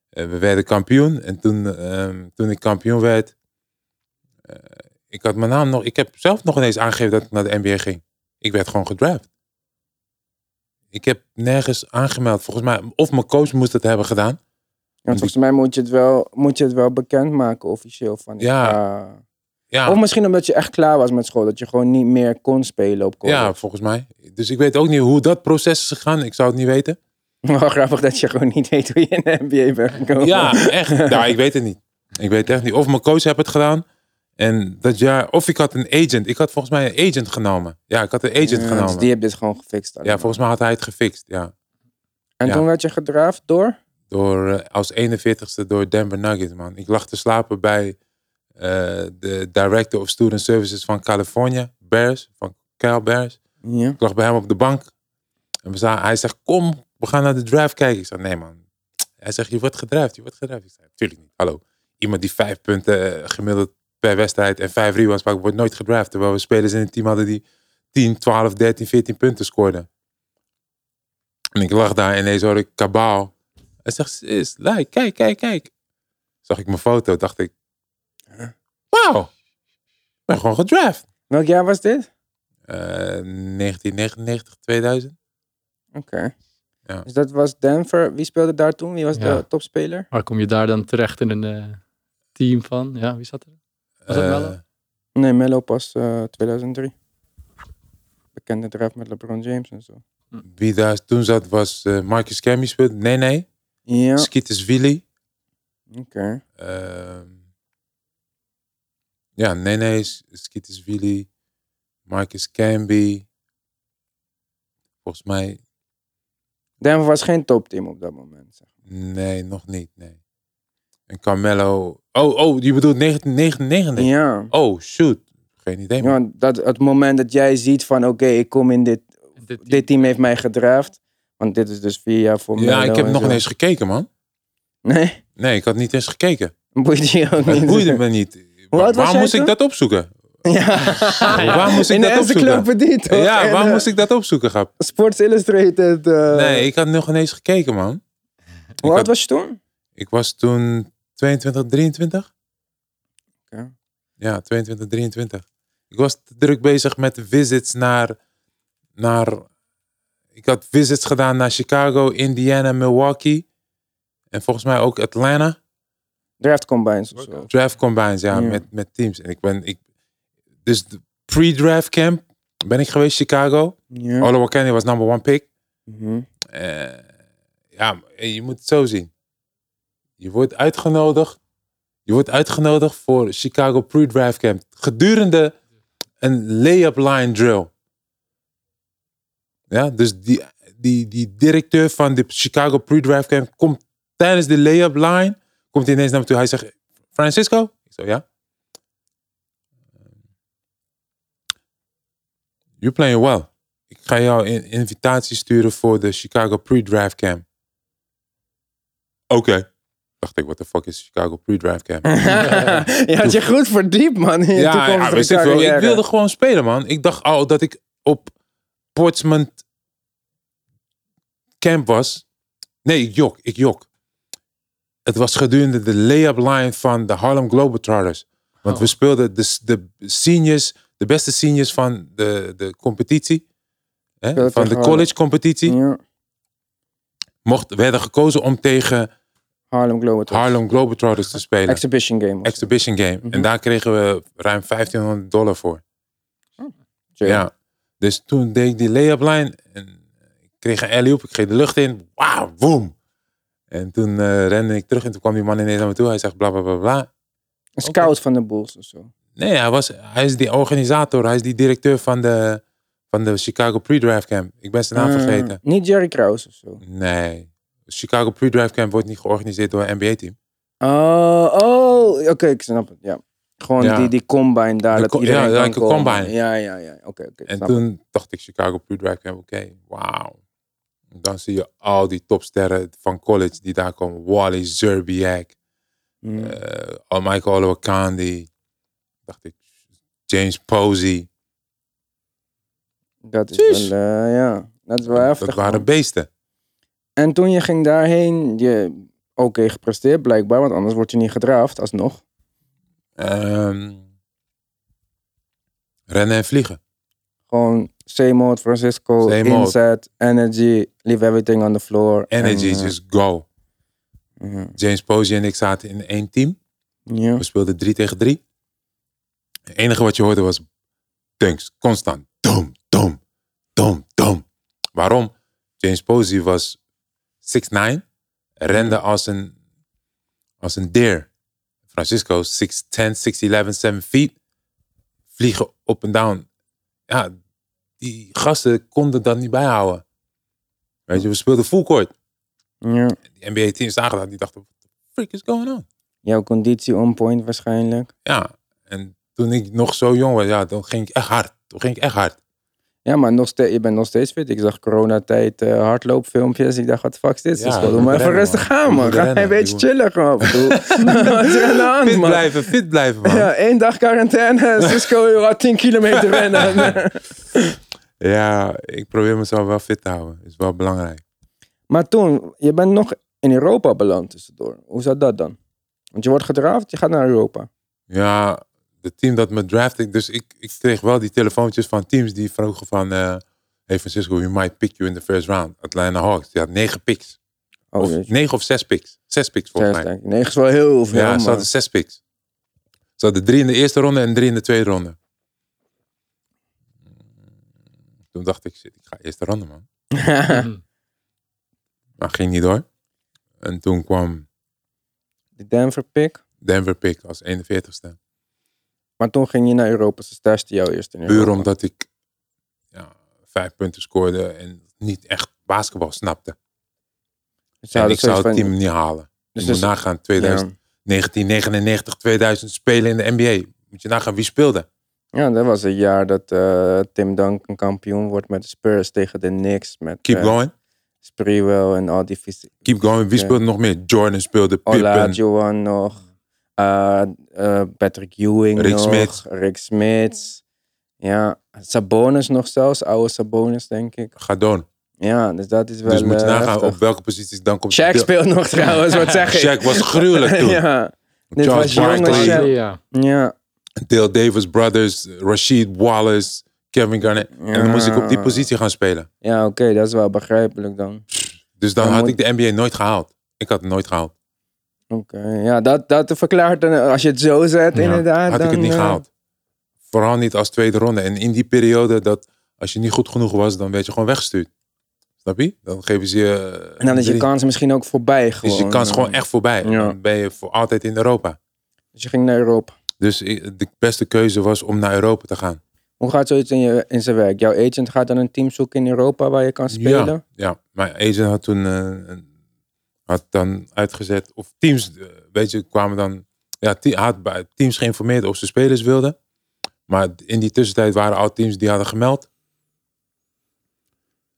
eh, we werden kampioen. En toen, ehm, toen ik kampioen werd... eh, ik had mijn naam nog... Ik heb zelf nog ineens aangegeven dat ik naar de NBA ging. Ik werd gewoon gedraft. Ik heb nergens aangemeld. Volgens mij, of mijn coach moest het hebben gedaan.
Want volgens mij moet je het wel, moet je het wel bekendmaken officieel. Van, ik
Ja.
ga-
Ja,
Of misschien omdat je echt klaar was met school. Dat je gewoon niet meer kon spelen op
ja,
college.
volgens mij. Dus ik weet ook niet hoe dat proces is gegaan. Ik zou het niet weten.
[LAUGHS] Wel grappig dat je gewoon niet weet hoe je in de NBA bent [LAUGHS] gekomen.
Ja, echt. Nou, ik weet het niet. Ik weet het echt niet. Of mijn coach heeft het gedaan. En dat jaar, of ik had een agent. Ik had volgens mij een agent genomen. Ja, ik had een agent
Ja,
genomen.
Dus die heeft dit gewoon gefixt.
Ja,
allemaal.
volgens mij had hij het gefixt. Ja.
En
ja.
toen werd je gedraafd door?
Door, eh, als 41ste door Denver Nuggets, man. Ik lag te slapen bij eh, de director of student services van California, Bears, van Cal Bears.
Ja.
Ik lag bij hem op de bank. En we zagen, hij zegt, kom, we gaan naar de draft kijken. Ik zei, nee man. Hij zegt, je wordt gedraft, je wordt gedraft. Ik zei, natuurlijk niet. Hallo, iemand die vijf punten eh, gemiddeld per wedstrijd en vijf rebounds maakt, wordt nooit gedraft. Terwijl we spelers in het team hadden die 10, 12, 13, 14 punten scoorden. En ik lag daar en ineens hoorde ik kabaal. Hij zegt, sis, like, kijk, kijk, kijk. Zag ik mijn foto, dacht ik, wauw, ik ben gewoon gedraft.
Welk jaar was dit?
Eh, 1999, 2000.
Oké.
Ja.
Dus dat was Denver. Wie speelde daar toen? Wie was
Ja.
de topspeler?
Maar kom je daar dan terecht in een eh, team van? Ja, wie zat er? Was dat
Eh,
Melo?
Nee, Melo pas eh, 2003. Bekende draft met LeBron James en zo.
Wie daar toen zat was eh, Marcus Camby speelde. Nee, nee.
Ja, oké.
Skeeters Willy. Ehm, ja, nee, nee. S- Skeeters Willy. Marcus Camby. Volgens mij,
Denver was geen topteam op dat moment. Zeg.
nee, nog niet. Nee. En Carmelo. Oh, oh, je bedoelt 1999.
Ja.
Oh, shoot. Geen idee. man.
Ja, dat, het moment dat jij ziet van oké, ik kom in dit,
In dit team.
dit team heeft mij gedraafd. Want dit is dus vier jaar voor mij.
ja, ik heb nog niet eens gekeken, man.
[LAUGHS] Nee, [LAUGHS]
Nee, ik had niet eens gekeken.
boeit je ook
Het
niet.
boeide me niet.
Hoe oud was
Waar
jij
moest ik
toen?
dat opzoeken?
[LAUGHS] Ja.
Waar moest ik
in
dat
de
opzoeken?
encyclopedie toch?
Ja,
En,
waarom
eh,
moest ik dat opzoeken, grap?
Sports Illustrated. eh,
Nee, ik had nog ineens gekeken, man.
Hoe
ik
oud
had-
was je toen?
Ik was toen 22, 23.
Oké.
Ja, 22, 23. Ik was te druk bezig met visits naar, naar... Ik had visits gedaan naar Chicago, Indiana, Milwaukee. En volgens mij ook Atlanta.
Draft combines of zo.
Draft combines, ja,
Ja.
Met, met teams. En ik ben... Ik, dus de pre-draft camp ben ik geweest Chicago.
Ja.
Ja. Kenny was number one pick.
[LAUGHS] Mhm.
Eh, ja, maar je moet het zo zien. Je wordt uitgenodigd. Je wordt uitgenodigd voor Chicago Pre-Drive Camp. Gedurende een layup line drill. Ja, dus die, die, die directeur van de Chicago Pre-Drive Camp komt tijdens de layup line, komt hij ineens naar me toe. Hij zegt, Francisco? Ik zo, ja. You're playing well. Ik ga jou een invitatie sturen voor de Chicago Pre-Drive Camp. Oké. Dacht ik, what the fuck is Chicago Pre-Drive
[LAUGHS]
Camp?
je had je goed verdiept, man. In je
ja, ja,
toekomstige
weet ik, veel.
carrière.
ik wilde gewoon spelen, man. Ik dacht al dat ik op Portsmouth camp was. Nee, ik jok, ik jok. Het was gedurende de layup line van de Harlem Globetrotters. Want
Oh.
we speelden de, de seniors, de beste seniors van de, de competitie. Hè,
Speelden
van de
tegen Harlem.
college competitie.
Ja,
Mocht, werden gekozen om tegen
Harlem Globetrotters.
Harlem Globetrotters te spelen.
Exhibition game. was het.
Exhibition game.
Mhm.
En daar kregen we ruim 1500 dollar voor. Ja. Dus toen deed ik die lay-up line. En ik kreeg een alley-oop. Ik ging de lucht in. Wauw, boom. En toen eh, rende ik terug. En toen kwam die man ineens naar me toe. Hij zegt bla, bla, bla, bla.
Een scout van de Bulls of zo.
Nee, hij, was, hij is die organisator. Hij is die directeur van de, van de Chicago Pre-Drive Camp. Ik ben zijn naam
Eh,
vergeten.
Niet Jerry Krause of zo.
Nee. Chicago Pre-Drive Camp wordt niet georganiseerd door een NBA-team.
Oh, oh oké, ik snap het. Ja. Gewoon
Ja.
die, die combine daar.
De
dat
co-
iedereen
ja,
kan
like een
komen.
combine.
Ja, ja, ja. Oké, oké.
En
snap
toen dacht ik Chicago Pre-Drive Camp. Oké, wauw. Dan zie je al die topsterren van college die daar komen. Wally, Zerbiak.
het. Mm.
eh al Michael Olowokandi, dacht ik, James Posey.
dat is
precies.
wel, eh, ja. Dat is wel heftig.
dat waren
man.
beesten.
En toen je ging daarheen, je oké gepresteerd blijkbaar, want anders word je niet gedraafd alsnog.
Ehm, rennen en vliegen.
Gewoon C-mode, Francisco,
Same mode.
inzet, energy, leave everything on the floor.
Energy,
En, eh,
just go.
ja.
James Posey en ik zaten in één team.
Ja.
We speelden drie tegen drie. Het enige wat je hoorde was dunks, constant. Dom, dom, dom, dom. Waarom? James Posey was 6'9", rende als een, als een deer. Francisco 6'10", 6'11", 7 feet. Vliegen up en down. Ja, die gasten konden dat niet bijhouden. Weet je, we speelden full court.
ja.
Die NBA-teams zagen dat, die dachten, what the freak is going on?
Jouw conditie on point waarschijnlijk.
Ja, en toen ik nog zo jong was, ja, toen ging ik echt hard. Toen ging ik echt hard.
Ja, maar nog steeds, je bent nog steeds fit. Ik zag coronatijd eh, hardloopfilmpjes. Ik dacht, wat fuck is dit?
Ja,
Dus doe
ik
maar
moet
even
rennen,
rustig
man.
aan,
Ik
man.
moet
Ga
rennen,
een beetje
ik
chillen gewoon. Ik bedoel,
[LAUGHS]
Wat is er aan de hand,
Fit
man?
blijven, fit blijven, man.
Ja,
Ja,
één dag
[LAUGHS]
quarantaine. Cisco, je had 10 kilometer rennen.
ik probeer mezelf wel fit te houden. is wel belangrijk.
maar toen, je bent nog in Europa beland tussendoor. Hoe zat dat dan? Want je wordt gedraafd, je gaat naar Europa.
Ja, het team dat me draftte, dus ik, ik kreeg wel die telefoontjes van teams die vroegen van... eh hey Francisco, we might pick you in the first round. Atlanta Hawks, die had negen picks.
Oh,
of,
jeetje.
negen of zes picks. Zes picks volgens mij.
Zesde. Nee, is wel heel veel.
Ja,
man.
ze hadden zes picks. Ze hadden drie in de eerste ronde en drie in de tweede ronde. Mm, Toen dacht ik, shit, ik ga eerste ronde, man.
Mhm.
Maar Nou, ging niet door. En toen kwam
De Denver pick.
Denver pick als 41ste.
Maar toen ging je naar Europa. Ze stasten jou eerst in Europa.
Puur omdat ik ja, vijf punten scoorde en niet echt basketbal snapte.
Dus ze
En
hadden
ik zou
zoiets
het
van-
team niet halen.
Dus
je moet
dus-
nagaan, 2000,
Ja.
1999, 2000 spelen in de NBA. Moet je nagaan wie speelde.
Ja, dat was een jaar dat eh, Tim Duncan kampioen wordt met de Spurs tegen de Knicks. Met
Keep
eh,
going.
Sprewell en al die fysi-
Keep going. Wie
Ja.
speelde nog meer? Jordan speelde, Pippen.
Olajuwon nog. eh, eh, Patrick Ewing
Rick
nog.
Smits.
Rick Smits. Ja, Sabonis nog zelfs. Oude Sabonis, denk ik.
Ga door.
Ja, dus dat is wel
Dus moet je
eh,
nagaan
heftig.
op welke posities dan komt.
Shaq speelt nog trouwens, wat zeg ik?
[LAUGHS] Shaq was gruwelijk toen.
[LAUGHS] ja, dit
Charles
was jonge
Barkley.
Shaq.
ja.
ja.
Dale Davis Brothers, Rashid Wallace, Kevin Garnett. En dan moest ik op die positie gaan spelen.
Ja, oké, dat is wel begrijpelijk dan.
Dus dan
Dan
had
moet-
ik de NBA nooit gehaald. Ik had het nooit gehaald.
Oké, ja, dat, dat verklaart dan, als je het zo zet,
Ja,
inderdaad.
Had ik het
dan,
niet
eh,
gehaald. Vooral niet als tweede ronde. En in die periode dat als je niet goed genoeg was, dan werd je gewoon weggestuurd. Snap je? Dan geven ze je. eh,
En dan is je
drie.
kans misschien ook voorbij. Gewoon.
Is je kans
eh.
gewoon echt voorbij.
Ja.
Dan ben je voor altijd in Europa. eh,
Dus je ging naar Europa.
Dus ik- de beste keuze was om naar Europa te gaan.
Hoe gaat zoiets in, je, in zijn werk? Jouw agent gaat dan een team zoeken in Europa waar je kan spelen?
Ja, ja, mijn agent had toen eh, een- had dan uitgezet, of teams, eh, weet je, kwamen dan, ja, te- hij had bij teams geïnformeerd of ze spelers wilden. Maar in die tussentijd waren al teams die hadden gemeld.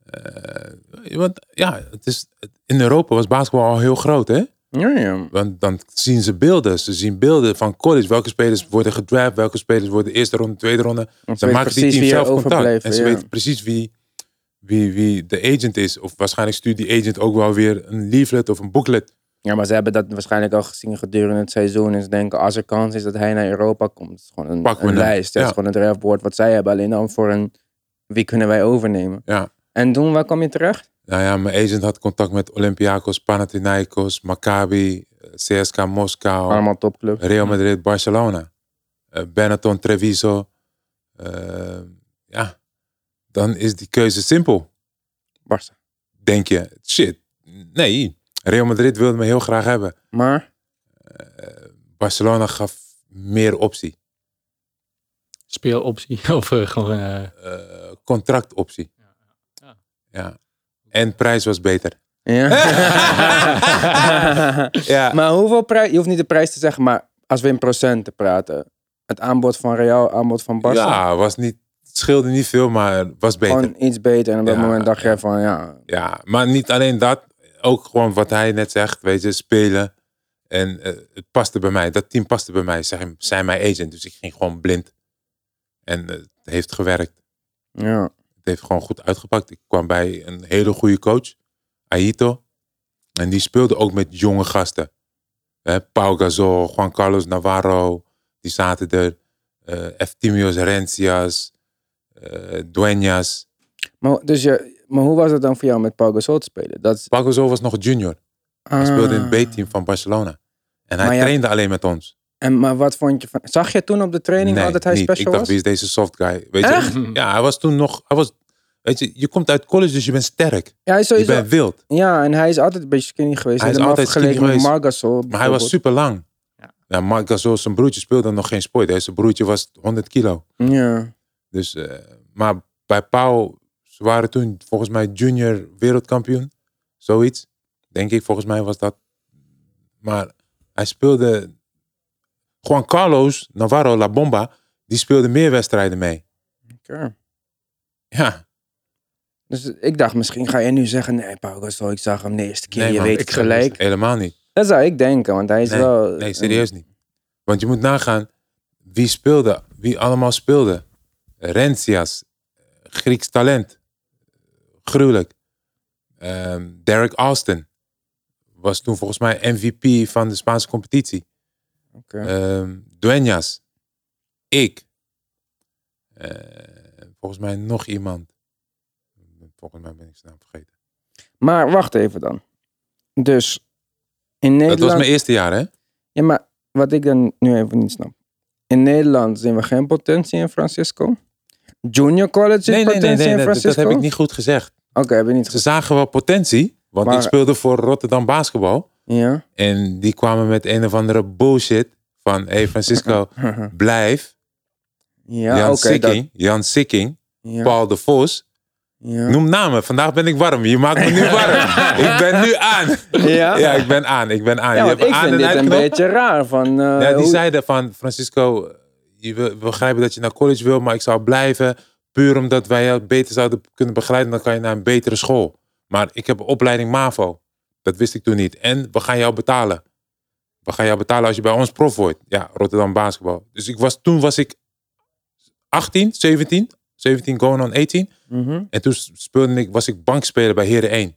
Eh, want ja, het is, in Europa was basketbal al heel groot, hè?
Ja, ja.
Want dan zien ze beelden. Ze zien beelden van college. Welke spelers worden gedraft, welke spelers worden eerste ronde, tweede ronde.
Want
Ze
weet
maken die
precies
team
wie er
zelf contact.
overblijft,
En ze
ja.
weten precies wie, wie, wie de agent is. Of waarschijnlijk stuurt die agent ook wel weer een leaflet of een booklet.
Ja, maar ze hebben dat waarschijnlijk al gezien gedurende het seizoen. En ze denken, als er kans is dat hij naar Europa komt, het is gewoon een,
Pakken we
een
hem.
lijst. Het is
Ja.
gewoon een draftboard wat zij hebben. Alleen dan voor een, wie kunnen wij overnemen?
Ja.
En toen, waar kwam je terecht?
Nou ja, mijn agent had contact met Olympiakos, Panathinaikos, Maccabi, CSK Moskou,
Allemaal topclubs.
Real Madrid, Barcelona. Eh, Benetton, Treviso. Eh, ja, dan is die keuze simpel.
Barca.
Denk je, shit, nee. Real Madrid wilde me heel graag hebben.
Maar,
Barcelona gaf meer optie.
Speeloptie. [LAUGHS] Of eh, gewoon... eh,
eh, contractoptie.
Ja, ja.
Ja. En prijs was beter.
ja.
[LAUGHS]
[LAUGHS]
Ja.
maar hoeveel prijs, je hoeft niet de prijs te zeggen, maar als we in procenten praten. Het aanbod van Real, aanbod van Barca.
Ja, was niet, het scheelde niet veel, maar was beter.
Gewoon iets beter. En op dat
Ja,
moment dacht jij van, ja,
Ja, maar niet alleen dat. Ook gewoon wat hij net zegt, weet je, spelen. En eh, het paste bij mij. Dat team paste bij mij, zijn, zijn mijn agent. Dus ik ging gewoon blind. En eh, het heeft gewerkt.
ja.
Het heeft gewoon goed uitgepakt. Ik kwam bij een hele goede coach, Aito. En die speelde ook met jonge gasten. Hè, Pau Gasol, Juan Carlos Navarro, die zaten er. Eh Eftimios Rencias, eh Duenas.
Maar, dus je, maar hoe was het dan voor jou met Pau Gasol te spelen? Dat is, ah.
Pau Gasol was nog junior. Hij speelde in het B-team van Barcelona. En hij
Maar ja-
trainde alleen met ons.
En maar wat vond je van... Zag je toen op de training al dat hij
niet.
special
Ik dacht,
was?
wie is deze soft guy? Weet
Echt?
je? Ja, hij was toen nog... Hij was, weet je, je komt uit college, dus je bent sterk.
Ja, hij is
Je
sowieso...
bent wild.
Ja, en hij is altijd een beetje skinny geweest.
Hij is
helemaal
altijd
vergeleken
skinny
met
geweest.
Margasol.
Maar hij was super lang.
Ja.
Ja, Marc Gasol, zijn broertje speelde nog geen sport. Hè. Zijn broertje was 100 kilo.
Ja.
Dus, eh, maar bij Pau, ze waren toen volgens mij junior wereldkampioen. Zoiets. Denk ik, volgens mij was dat. Maar hij speelde... Juan Carlos Navarro La Bomba, die speelde meer wedstrijden mee.
oké.
Ja,
Dus ik dacht, misschien ga je nu zeggen... Nee, Pau Gasol, ik zag hem de eerste keer.
Nee,
je
man,
weet
ik
het
zou
gelijk.
helemaal niet.
Dat zou ik denken, want hij is wel...
Nee,
eh,
serieus niet. Want je moet nagaan wie speelde, wie allemaal speelde. Rencias, Grieks talent, gruwelijk. Ehm, Derek Alston was toen volgens mij MVP van de Spaanse competitie.
Oké.
Ehm Duenas, ik, Eh, volgens mij nog iemand. Volgens mij ben ik zijn naam vergeten.
Maar wacht even dan. Dus in Nederland...
Dat was mijn e- eerste jaar, hè?
Ja, maar wat ik dan nu even niet snap. In Nederland zien we geen potentie in Francisco. Junior college is
Nee, nee,
potentie
nee, nee,
in
nee, dat,
Francisco.
dat heb ik niet goed gezegd.
Oké, heb je niet
Ze
gezien.
zagen wel potentie, want
Maar-
ik speelde voor Rotterdam basketbal.
Ja. [LAUGHS]
En die kwamen met een of andere bullshit van, hé hey
[LAUGHS]
Francisco, blijf.
ja,
Jan
oké. dat-
Sikking, Jan Sikking,
ja,
Paul de Vos.
ja.
Noem namen, vandaag ben ik warm. Je maakt
[LAUGHS]
me nu warm. ik ben nu aan.
Ja?
Ja, ik ben aan, ik ben aan.
Ja,
Je
want
hebt
ik
aan
vind
en
dit een
uitknop.
beetje raar. Van, eh,
Ja, die
hoe-
zeiden van, Francisco, je wil- we begrijpen dat je naar college wil, maar ik zou blijven. Puur omdat wij jou beter zouden kunnen begeleiden, dan kan je naar een betere school. Maar ik heb een opleiding MAVO. Dat wist ik toen niet. En we gaan jou betalen. We gaan jou betalen als je bij ons prof wordt. Ja, Rotterdam basketbal. Dus ik was, toen was ik 18, 17. 17 going on 18.
Mhm.
En toen speelde ik, was ik bankspeler bij Heren 1.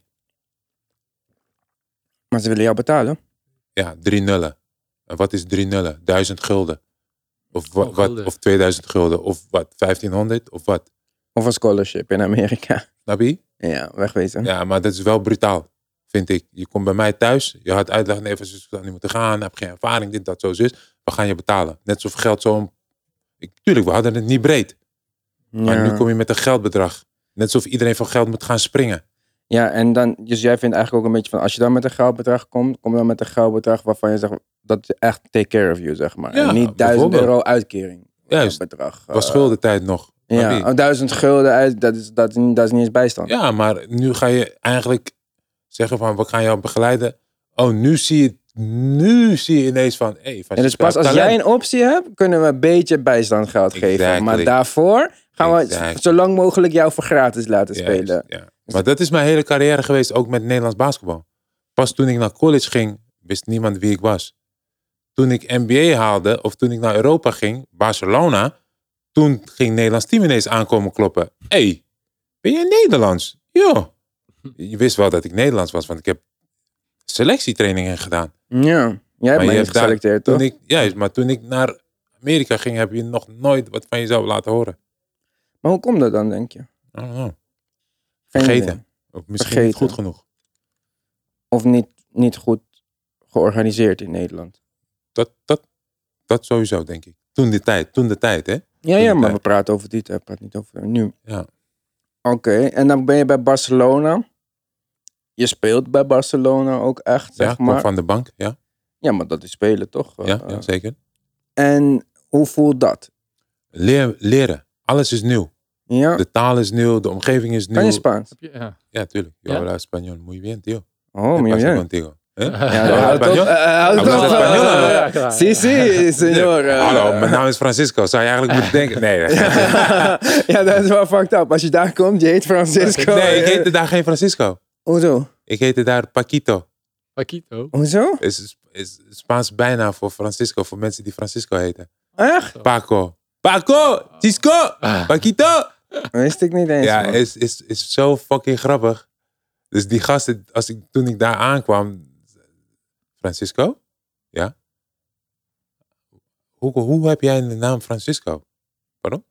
Maar ze willen jou betalen.
Ja, drie nullen. En wat is drie nullen? Duizend gulden. Of, wa-
Oh,
wat,
gulden.
of 2000 gulden. Of wat? 1500? Of wat?
Of een scholarship in Amerika. [LAUGHS]
Snap je?
Ja, wegwezen.
Ja, maar dat is wel brutaal. Vind ik. Je komt bij mij thuis. Je had uitleg. Nee, van zus, ik zou niet moeten gaan. Heb geen ervaring. Dit, dat, zo, zus. We gaan je betalen. Net alsof geld zo'n... Ik, tuurlijk, we hadden het niet breed. Maar
Ja.
nu kom je met een geldbedrag. Net alsof iedereen van geld moet gaan springen.
Ja, en dan, dus jij vindt eigenlijk ook een beetje van, als je dan met een geldbedrag komt, kom dan met een geldbedrag waarvan je zegt, dat is echt take care of you, zeg maar.
Ja,
en niet duizend
bijvoorbeeld.
euro uitkering.
Juist.
Dat bedrag.
Het was
eh,
schuldentijd nog. Maar
Ja,
wie?
oh, duizend gulden uit, dat is, dat, is niet- dat is niet eens bijstand.
Ja, maar nu ga je eigenlijk zeggen van, we gaan jou begeleiden. Oh, nu zie je, nu zie je ineens van, hé, hey,
En dus pas als jij een optie hebt, kunnen we een beetje bijstand geld geven.
Exactly.
Maar daarvoor gaan we
Exactly.
zo lang mogelijk jou voor gratis laten spelen.
Ja. Maar dat is mijn hele carrière geweest, ook met Nederlands basketbal. Pas toen ik naar college ging, wist niemand wie ik was. Toen ik NBA haalde, of toen ik naar Europa ging, Barcelona, toen ging Nederlands team ineens aankomen kloppen. Hé, hey, ben jij Nederlands? Ja. Je wist wel dat ik Nederlands was, want ik heb selectietrainingen gedaan.
Ja, jij
je
hebt mij niet
hebt daar-
geselecteerd,
Toen
toch?
ik, juist, maar toen ik naar Amerika ging, heb je nog nooit wat van jezelf laten horen.
Maar hoe komt dat dan, denk je? Geen
I don't know. Vergeten.
idee.
Of misschien niet
Vergeten.
goed genoeg.
Of niet, niet goed georganiseerd in Nederland.
Dat, dat, dat sowieso, denk ik. Toen de tijd, toen de tijd, hè?
Ja, ja, maar
Inderdaad.
we praten over dit, we praten niet over nu.
Ja.
Oké, en dan ben je bij Barcelona. Je speelt bij Barcelona ook echt,
Ja,
zeg
kwam
maar.
van de bank, ja.
Ja, maar dat is spelen, toch?
Ja,
Eh,
ja zeker.
En hoe voelt dat?
Leer, leren. Alles is nieuw.
Ja,
De taal is nieuw, de omgeving is nieuw.
kan je Spaans?
Heb je- [LAUGHS] Ja.
Ja, tuurlijk. Yo
Ja?
habla español muy bien, tío.
Oh,
Te
muy
paso
bien.
contigo.
[LAUGHS]
Hè?
Ja,
Habla
houd op,
español?
eh, houd
Hablas
op.
español,
eh,
hè?
Ja, klaar.
Sí, sí, señor. eh.
Hallo, mijn naam is Francisco. Zou je eigenlijk moeten denken... Nee,
[LAUGHS] ja, dat is wel fucked up. Als je daar komt, je heet Francisco.
nee ik heette daar geen Francisco.
Hoezo?
Ik heette daar Paquito.
Paquito.
Hoezo?
Is, is Spaans bijnaam voor Francisco, voor mensen die Francisco heten.
Echt?
Paco. Paco! Cisco!
Ah.
Paquito!
Wist ik niet eens. [LAUGHS]
Ja,
man.
is, is, is zo fucking grappig. Dus die gasten, als ik, toen ik daar aankwam. Francisco? Ja? Hoe, hoe heb jij de naam Francisco? Pardon?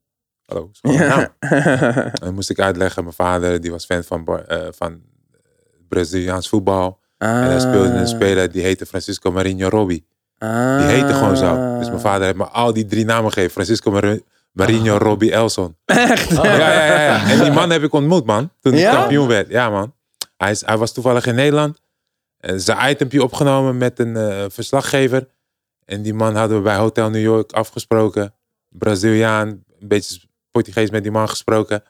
Hallo, is gewoon een naam.
Ja. Ah.
En dan moest ik uitleggen, mijn vader die was fan van, Bar- eh, van Braziliaans voetbal. En hij speelde
Ah.
een speler die heette Francisco Marinho Robby. Die heette gewoon
Ah.
zo. Dus mijn vader heeft me al die drie namen gegeven. Francisco Mar- Marinho Robby Elson.
Ah. Echt?
Oh.
Ja, ja, ja, ja. En die man heb ik ontmoet, man. Toen ik
Ja?
kampioen werd. Ja, man. Hij, is, hij was toevallig in Nederland. Eh, Zijn itempje opgenomen met een eh, verslaggever. En die man hadden we bij Hotel New York afgesproken. Braziliaan, een beetje Portugees met die man gesproken.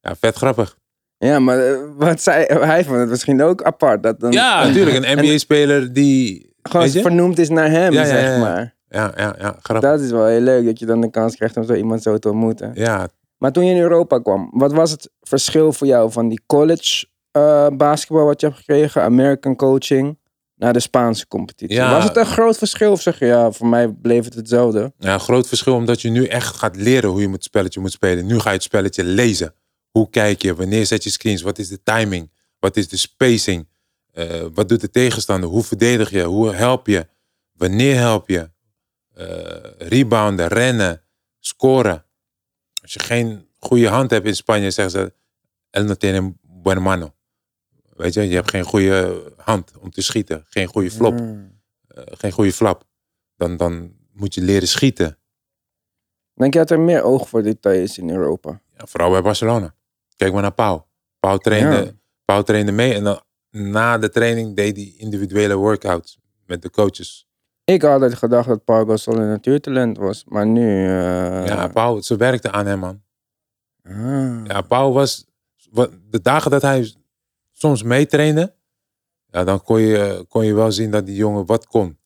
Ja, vet grappig.
Ja, maar eh, wat zei, hij vond het misschien ook apart. Dat een,
Ja, natuurlijk. Een NBA-speler die...
Gewoon
weet je?
vernoemd is naar hem,
Ja, ja, ja,
zeg
ja.
maar.
Ja, ja, ja, grappig.
Dat is wel heel leuk, dat je dan de kans krijgt om zo iemand zo te ontmoeten.
Ja,
Maar toen je in Europa kwam, wat was het verschil voor jou van die college eh, basketbal wat je hebt gekregen, American coaching, naar de Spaanse competitie?
Ja.
Was het een groot verschil of zeg je ja, voor mij bleef het hetzelfde?
Ja, groot verschil omdat je nu echt gaat leren hoe je het spelletje moet spelen. Nu ga je het spelletje lezen. Hoe kijk je? Wanneer zet je screens? Wat is de timing? Wat is de spacing? Eh, wat doet de tegenstander? Hoe verdedig je? Hoe help je? Wanneer help je? Eh, rebounden, rennen, scoren. Als je geen goede hand hebt in Spanje, zeggen ze... El no tiene buena mano. Weet je, je hebt geen goede hand om te schieten. Geen goede flop
Hmm.
eh, geen goede flap. Dan, dan moet je leren schieten.
Denk je dat er meer oog voor details in Europa?
Ja, vooral bij Barcelona. Kijk maar naar Pau. Pau trainde,
Ja.
Pau trainde mee en dan, na de training deed hij individuele workouts met de coaches.
Ik had altijd gedacht dat Pau Gasol een natuurtalent was, maar nu... eh,
Ja, Pau, ze werkte aan hem, man.
ah.
Ja, Pau was... wat- De dagen dat hij soms meetrainde, ja, dan kon je, kon je wel zien dat die jongen wat kon.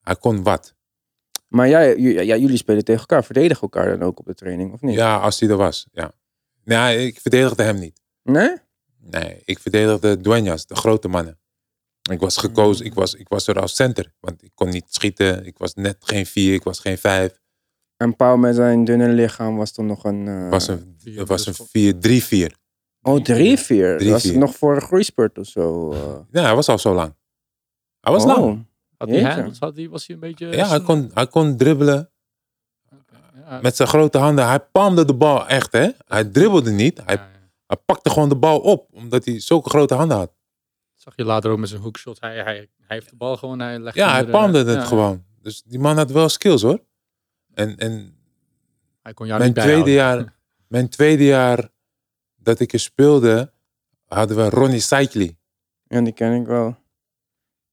Hij kon wat.
Maar jij, j- ja, jullie spelen tegen elkaar, verdedigen elkaar dan ook op de training, of niet?
Ja, als hij er was. Ja. Nee, ik verdedigde hem niet.
Nee?
Nee, ik verdedigde Duenas, de grote mannen. Ik was gekozen, ik was, ik was er als center. Want ik kon niet schieten, ik was net geen vier, ik was geen vijf.
En Pau met zijn dunne lichaam was toen nog een... eh,
Het was een,
Vier,
het was
dus
een vier, drie, vier.
Oh, drie, vier.
Drie,
was het
vier.
nog voor een groeispurt of zo? eh.
Ja, hij was al zo lang. Hij was
Oh.
lang.
Had hij
Jeetje.
handels? Had hij, was hij een beetje...
Ja, hij kon, hij kon dribbelen
Ja.
met zijn grote handen. Hij palmde de bal echt, hè. Hij dribbelde niet. Hij,
Ja, ja.
hij pakte gewoon de bal op, omdat hij zulke grote handen had.
Zag je later ook met zijn hoekshot. Hij, hij, hij heeft de bal gewoon. Hij legt
Ja,
hem
hij
er,
palmde
eh,
het
ja,
gewoon. Dus die man had wel skills, hoor. En, en
Hij kon jou
mijn
niet
tweede,
bijhouden. [LAUGHS]
jaar, mijn tweede jaar dat ik er speelde, hadden we Ronnie Cycli.
Ja, die ken ik wel.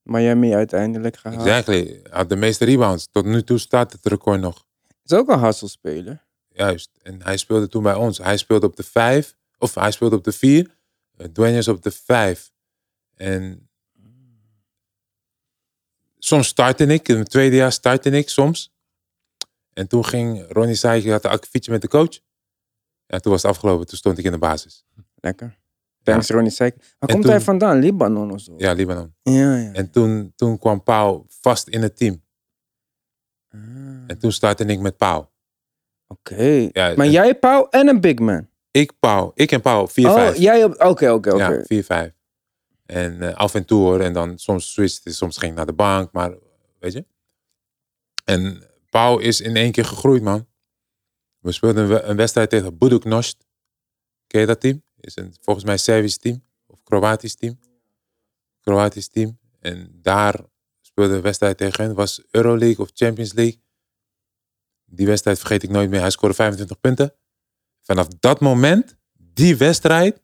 Miami uiteindelijk gehaald.
Exactly. Hij had de meeste rebounds. Tot nu toe staat het record nog.
Is ook een hasselspeler.
Juist. En hij speelde toen bij ons. Hij speelde op de vijf. Of hij speelde op de vier. eh, Duenas op de vijf. En soms startte ik. In het tweede jaar startte ik soms. En toen ging Ronnie zei, je had een akkefietje met de coach. Ja, toen was het afgelopen. Toen stond ik in de basis.
Lekker. Thanks Ronnie Seik. Waar
En
komt
toen-
hij vandaan? Libanon of zo?
Ja, Libanon.
ja. ja.
En toen, toen kwam Pauw vast in het team.
Ah,
En toen startte ik met Pauw.
Oké.
Ja,
Maar
en
jij, Pauw, en een big man.
Ik, Pauw. Ik en Pauw. 4-5.
Oh, jij op... Oké, oké,
Ja,
oké.
4-5. En eh, af en toe hoor. En dan soms switcht hij. Soms ging ik naar de bank. Maar weet je. En Pauw is in één keer gegroeid, man. We speelden een we- een wedstrijd tegen Buduknost. Ken je dat team? Is een, volgens mij Servisch team. Of Kroatisch team. Kroatisch team. En daar speelde een wedstrijd tegen hen. Was Euroleague of Champions League. Die wedstrijd vergeet ik nooit meer. Hij scoorde 25 punten. Vanaf dat moment, die wedstrijd,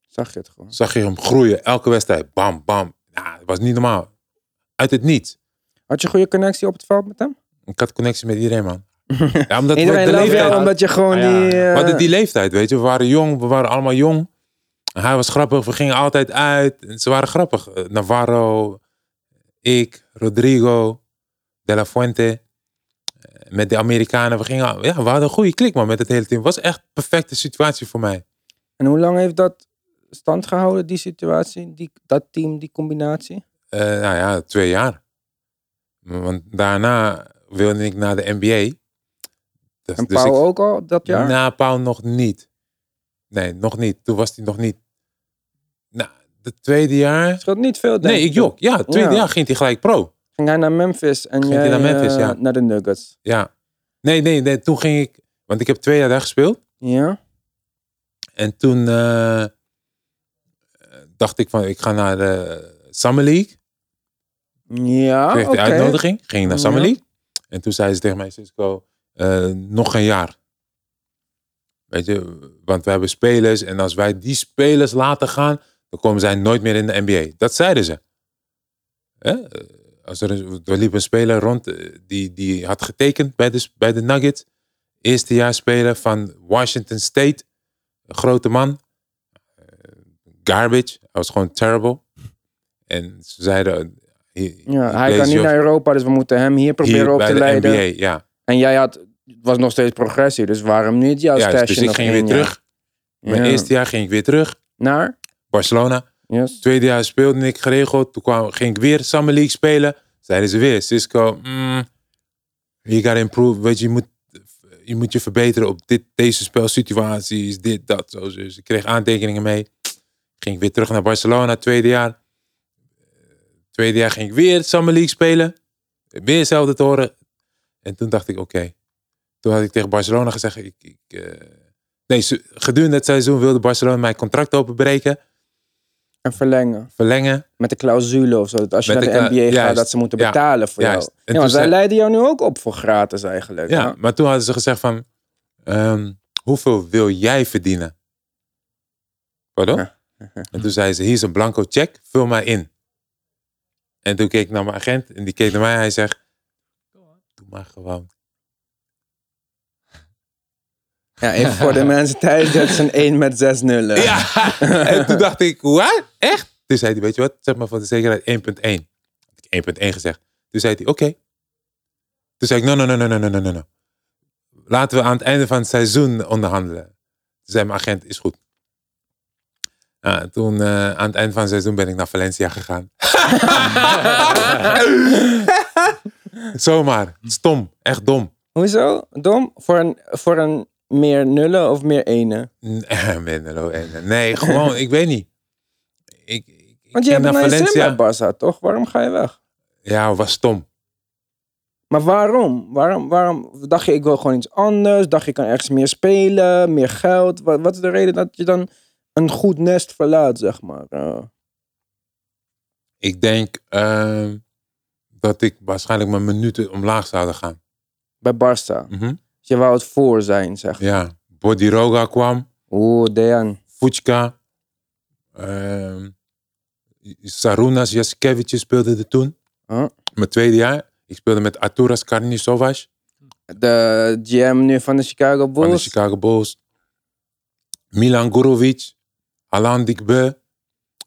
Zag je het gewoon.
zag je hem groeien. Elke wedstrijd. Bam, bam. Ja, het was niet normaal. Uit het niets.
Had je goede connectie op het veld met hem?
Ik had connectie met
[LAUGHS]
iedereen, man. Ja, omdat we
Iedereen
de
loopt
leeftijd...
jou omdat je gewoon
Ah, ja.
die...
We
eh,
hadden die leeftijd, weet je. We waren jong, we waren allemaal jong. En hij was grappig, we gingen altijd uit. En ze waren grappig. Eh, Navarro, ik, Rodrigo, De La Fuente. Eh, Met de Amerikanen, we gingen... Ja, we hadden een goede klik, man, met het hele team. Het was echt een perfecte situatie voor mij.
En hoe lang heeft dat stand gehouden, die situatie? Die, dat team, die combinatie?
Eh, nou ja, twee jaar. Want daarna wilde ik naar de NBA. Dus,
En
dus
Pauw
ik-
ook al dat jaar?
Na Pauw nog niet. Nee, nog niet. Toen was hij nog niet. Nou, het tweede jaar.
Scheelt niet veel, denk
Nee, ik jok. Ja, het tweede
Ja.
jaar ging hij gelijk pro.
Ging hij naar Memphis en
Ging
jij
hij naar Memphis,
eh,
ja.
naar de Nuggets.
Ja. Nee, nee, nee. Toen ging ik. Want ik heb twee jaar daar gespeeld.
Ja?
En toen eh, dacht ik van, ik ga naar de Summer League.
Ja,
kreeg
oké.
de uitnodiging, ging naar
Ja.
Summer League. En toen zei ze tegen mij, Cisco, eh, nog een jaar. Weet je, want we hebben spelers en als wij die spelers laten gaan, dan komen zij nooit meer in de NBA. Dat zeiden ze. Hè? Eh, Als er, een- er liep een speler rond eh, die, die had getekend bij de, bij de Nuggets. Eerste jaar speler van Washington State. Een grote man. Eh, Garbage. Hij was gewoon terrible. En ze zeiden... eh, he-
Ja,
he
hij
plays
kan niet
your
naar Europa, dus we moeten hem hier proberen
hier
op
bij
te
de
leiden.
NBA, ja.
En jij had, het was nog steeds progressie, dus waarom niet jouw
ja
stage
dus ik
nog
ging
één
weer
jaar?
terug. Mijn
Ja.
eerste jaar ging ik weer terug.
Naar?
Barcelona.
Yes.
Tweede jaar speelde ik geregeld. Toen kwam, ging ik weer Summer League spelen. Zeiden ze weer, Cisco, mm, you gotta improve. Weet je, je moet je, moet je verbeteren op dit, deze spelsituaties, dit, dat. Zo. Dus ik kreeg aantekeningen mee. Ging ik weer terug naar Barcelona, tweede jaar. Tweede jaar ging ik weer Summer League spelen. Weer hetzelfde toren. En toen dacht ik, oké. Toen had ik tegen Barcelona gezegd, ik... ik eh, Nee, ze- gedurende het seizoen wilde Barcelona mijn contract openbreken,
En verlengen.
verlengen.
Met de clausule of zo. Dat als je
Met
naar de,
de cla-
NBA gaat,
juist.
dat ze moeten
Ja,
betalen voor
juist.
jou.
En
Ja, want
toen
zij
zei-
leiden jou nu ook op voor gratis eigenlijk.
Ja,
hè?
maar toen hadden ze gezegd van, ehm, hoeveel wil jij verdienen? Pardon?
Ja.
En toen zei ze, hier is een blanco check, vul mij in. En toen keek ik naar mijn agent en die keek naar mij en hij zegt, doe maar gewoon.
Ja, even voor [LAUGHS] de mensen thuis, dat is een 1 met 6 nullen.
Ja, [LAUGHS] en toen dacht ik, wat? Echt? Toen zei hij, weet je wat, zeg maar voor de zekerheid 1.1. Had ik 1.1 gezegd. Toen zei hij, oké. Toen zei ik, no, no, no, no, no, no, no, no, no. Laten we aan het einde van het seizoen onderhandelen. Toen zei mijn agent, is goed. Nou, toen eh, aan het einde van het seizoen ben ik naar Valencia gegaan. [LAUGHS] Zomaar. Stom. Echt dom.
[LAUGHS] Hoezo? Dom? Voor een, voor een meer nullen of meer ene?
Nee, [LAUGHS] Menlo, eh, Nee, gewoon, ik weet niet. Ik, ik, ik
Want je
ging
hebt
naar
een Valencia.
Valencia.
bij Barca, toch? Waarom ga je weg?
Ja, was stom.
Maar waarom? waarom? Waarom dacht je, ik wil gewoon iets anders? Dacht je, ik kan ergens meer spelen, meer geld? Wat, wat is de reden dat je dan een goed nest verlaat, zeg maar? Eh,
Ik denk ehm, dat ik waarschijnlijk mijn minuten omlaag zouden gaan.
bij Barça.
Mhm.
Dus je wou het voor zijn, zeg.
Ja, Bodiroga kwam,
Oeh, Dejan.
Fuchka, ehm Sarunas Jasikevic speelde er toen.
Huh?
Mijn tweede jaar. Ik speelde met Arturas Karnisovac,
de GM nu van de Chicago Bulls.
van de Chicago Bulls. Milan Gurovic, Alain Dikbe,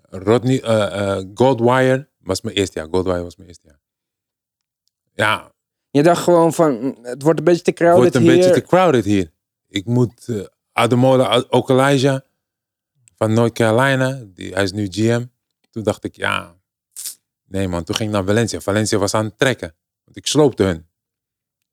Rodney, eh, eh, Goldwire. Was mijn eerste jaar. Goldwire was mijn eerste jaar. Ja,
Je dacht gewoon van, mm, het wordt een beetje te
het
crowded
wordt een
hier.
beetje te crowded hier. Ik moet eh, Ademola Okalaja van North Carolina. Die, hij is nu GM. Toen dacht ik, ja... Nee man, toen ging ik naar Valencia. Valencia was aan het trekken. Want ik sloopte hun.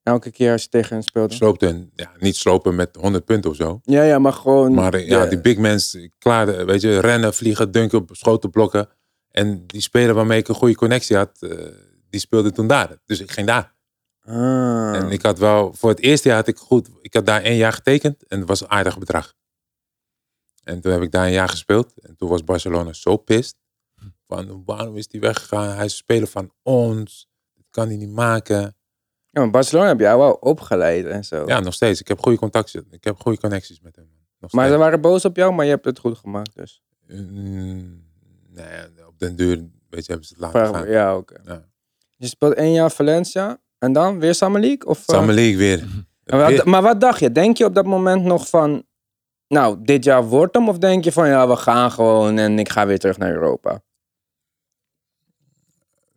Elke keer als je tegen hen
Ik
speelde.
sloopte hun. Ja, niet slopen met 100 punten of zo.
Ja, ja, maar gewoon...
Maar eh, ja,
Ja.
die big mens, klaar, eh, weet je, rennen, vliegen, dunken, schoten, blokken. En die speler waarmee ik een goede connectie had, eh, die speelde toen daar. Dus ik ging daar.
Ah.
En ik had wel, voor het eerste jaar had ik goed, ik had daar één jaar getekend en het was een aardig bedrag. En toen heb ik daar een jaar gespeeld. En toen was Barcelona zo pist. Van waarom is die weggegaan? Hij is speler van ons. Dat kan hij niet maken.
Ja, maar Barcelona heb jij wel opgeleid en zo.
Ja, nog steeds. Ik heb goede contacten. Ik heb goede connecties met hem. Nog
maar
steeds.
ze waren boos op jou, maar je hebt het goed gemaakt dus.
Mm, nee, op den duur weet je, hebben ze het laten
Vraag
gaan.
me- ja, oké.
Ja.
Je speelt één jaar Valencia en dan weer Summer League? Of, eh,
Samen league weer.
en wat-
Weer.
maar wat dacht je? Denk je op dat moment nog van, nou, dit jaar wordt hem? Of denk je van, ja, we gaan gewoon en ik ga weer terug naar Europa?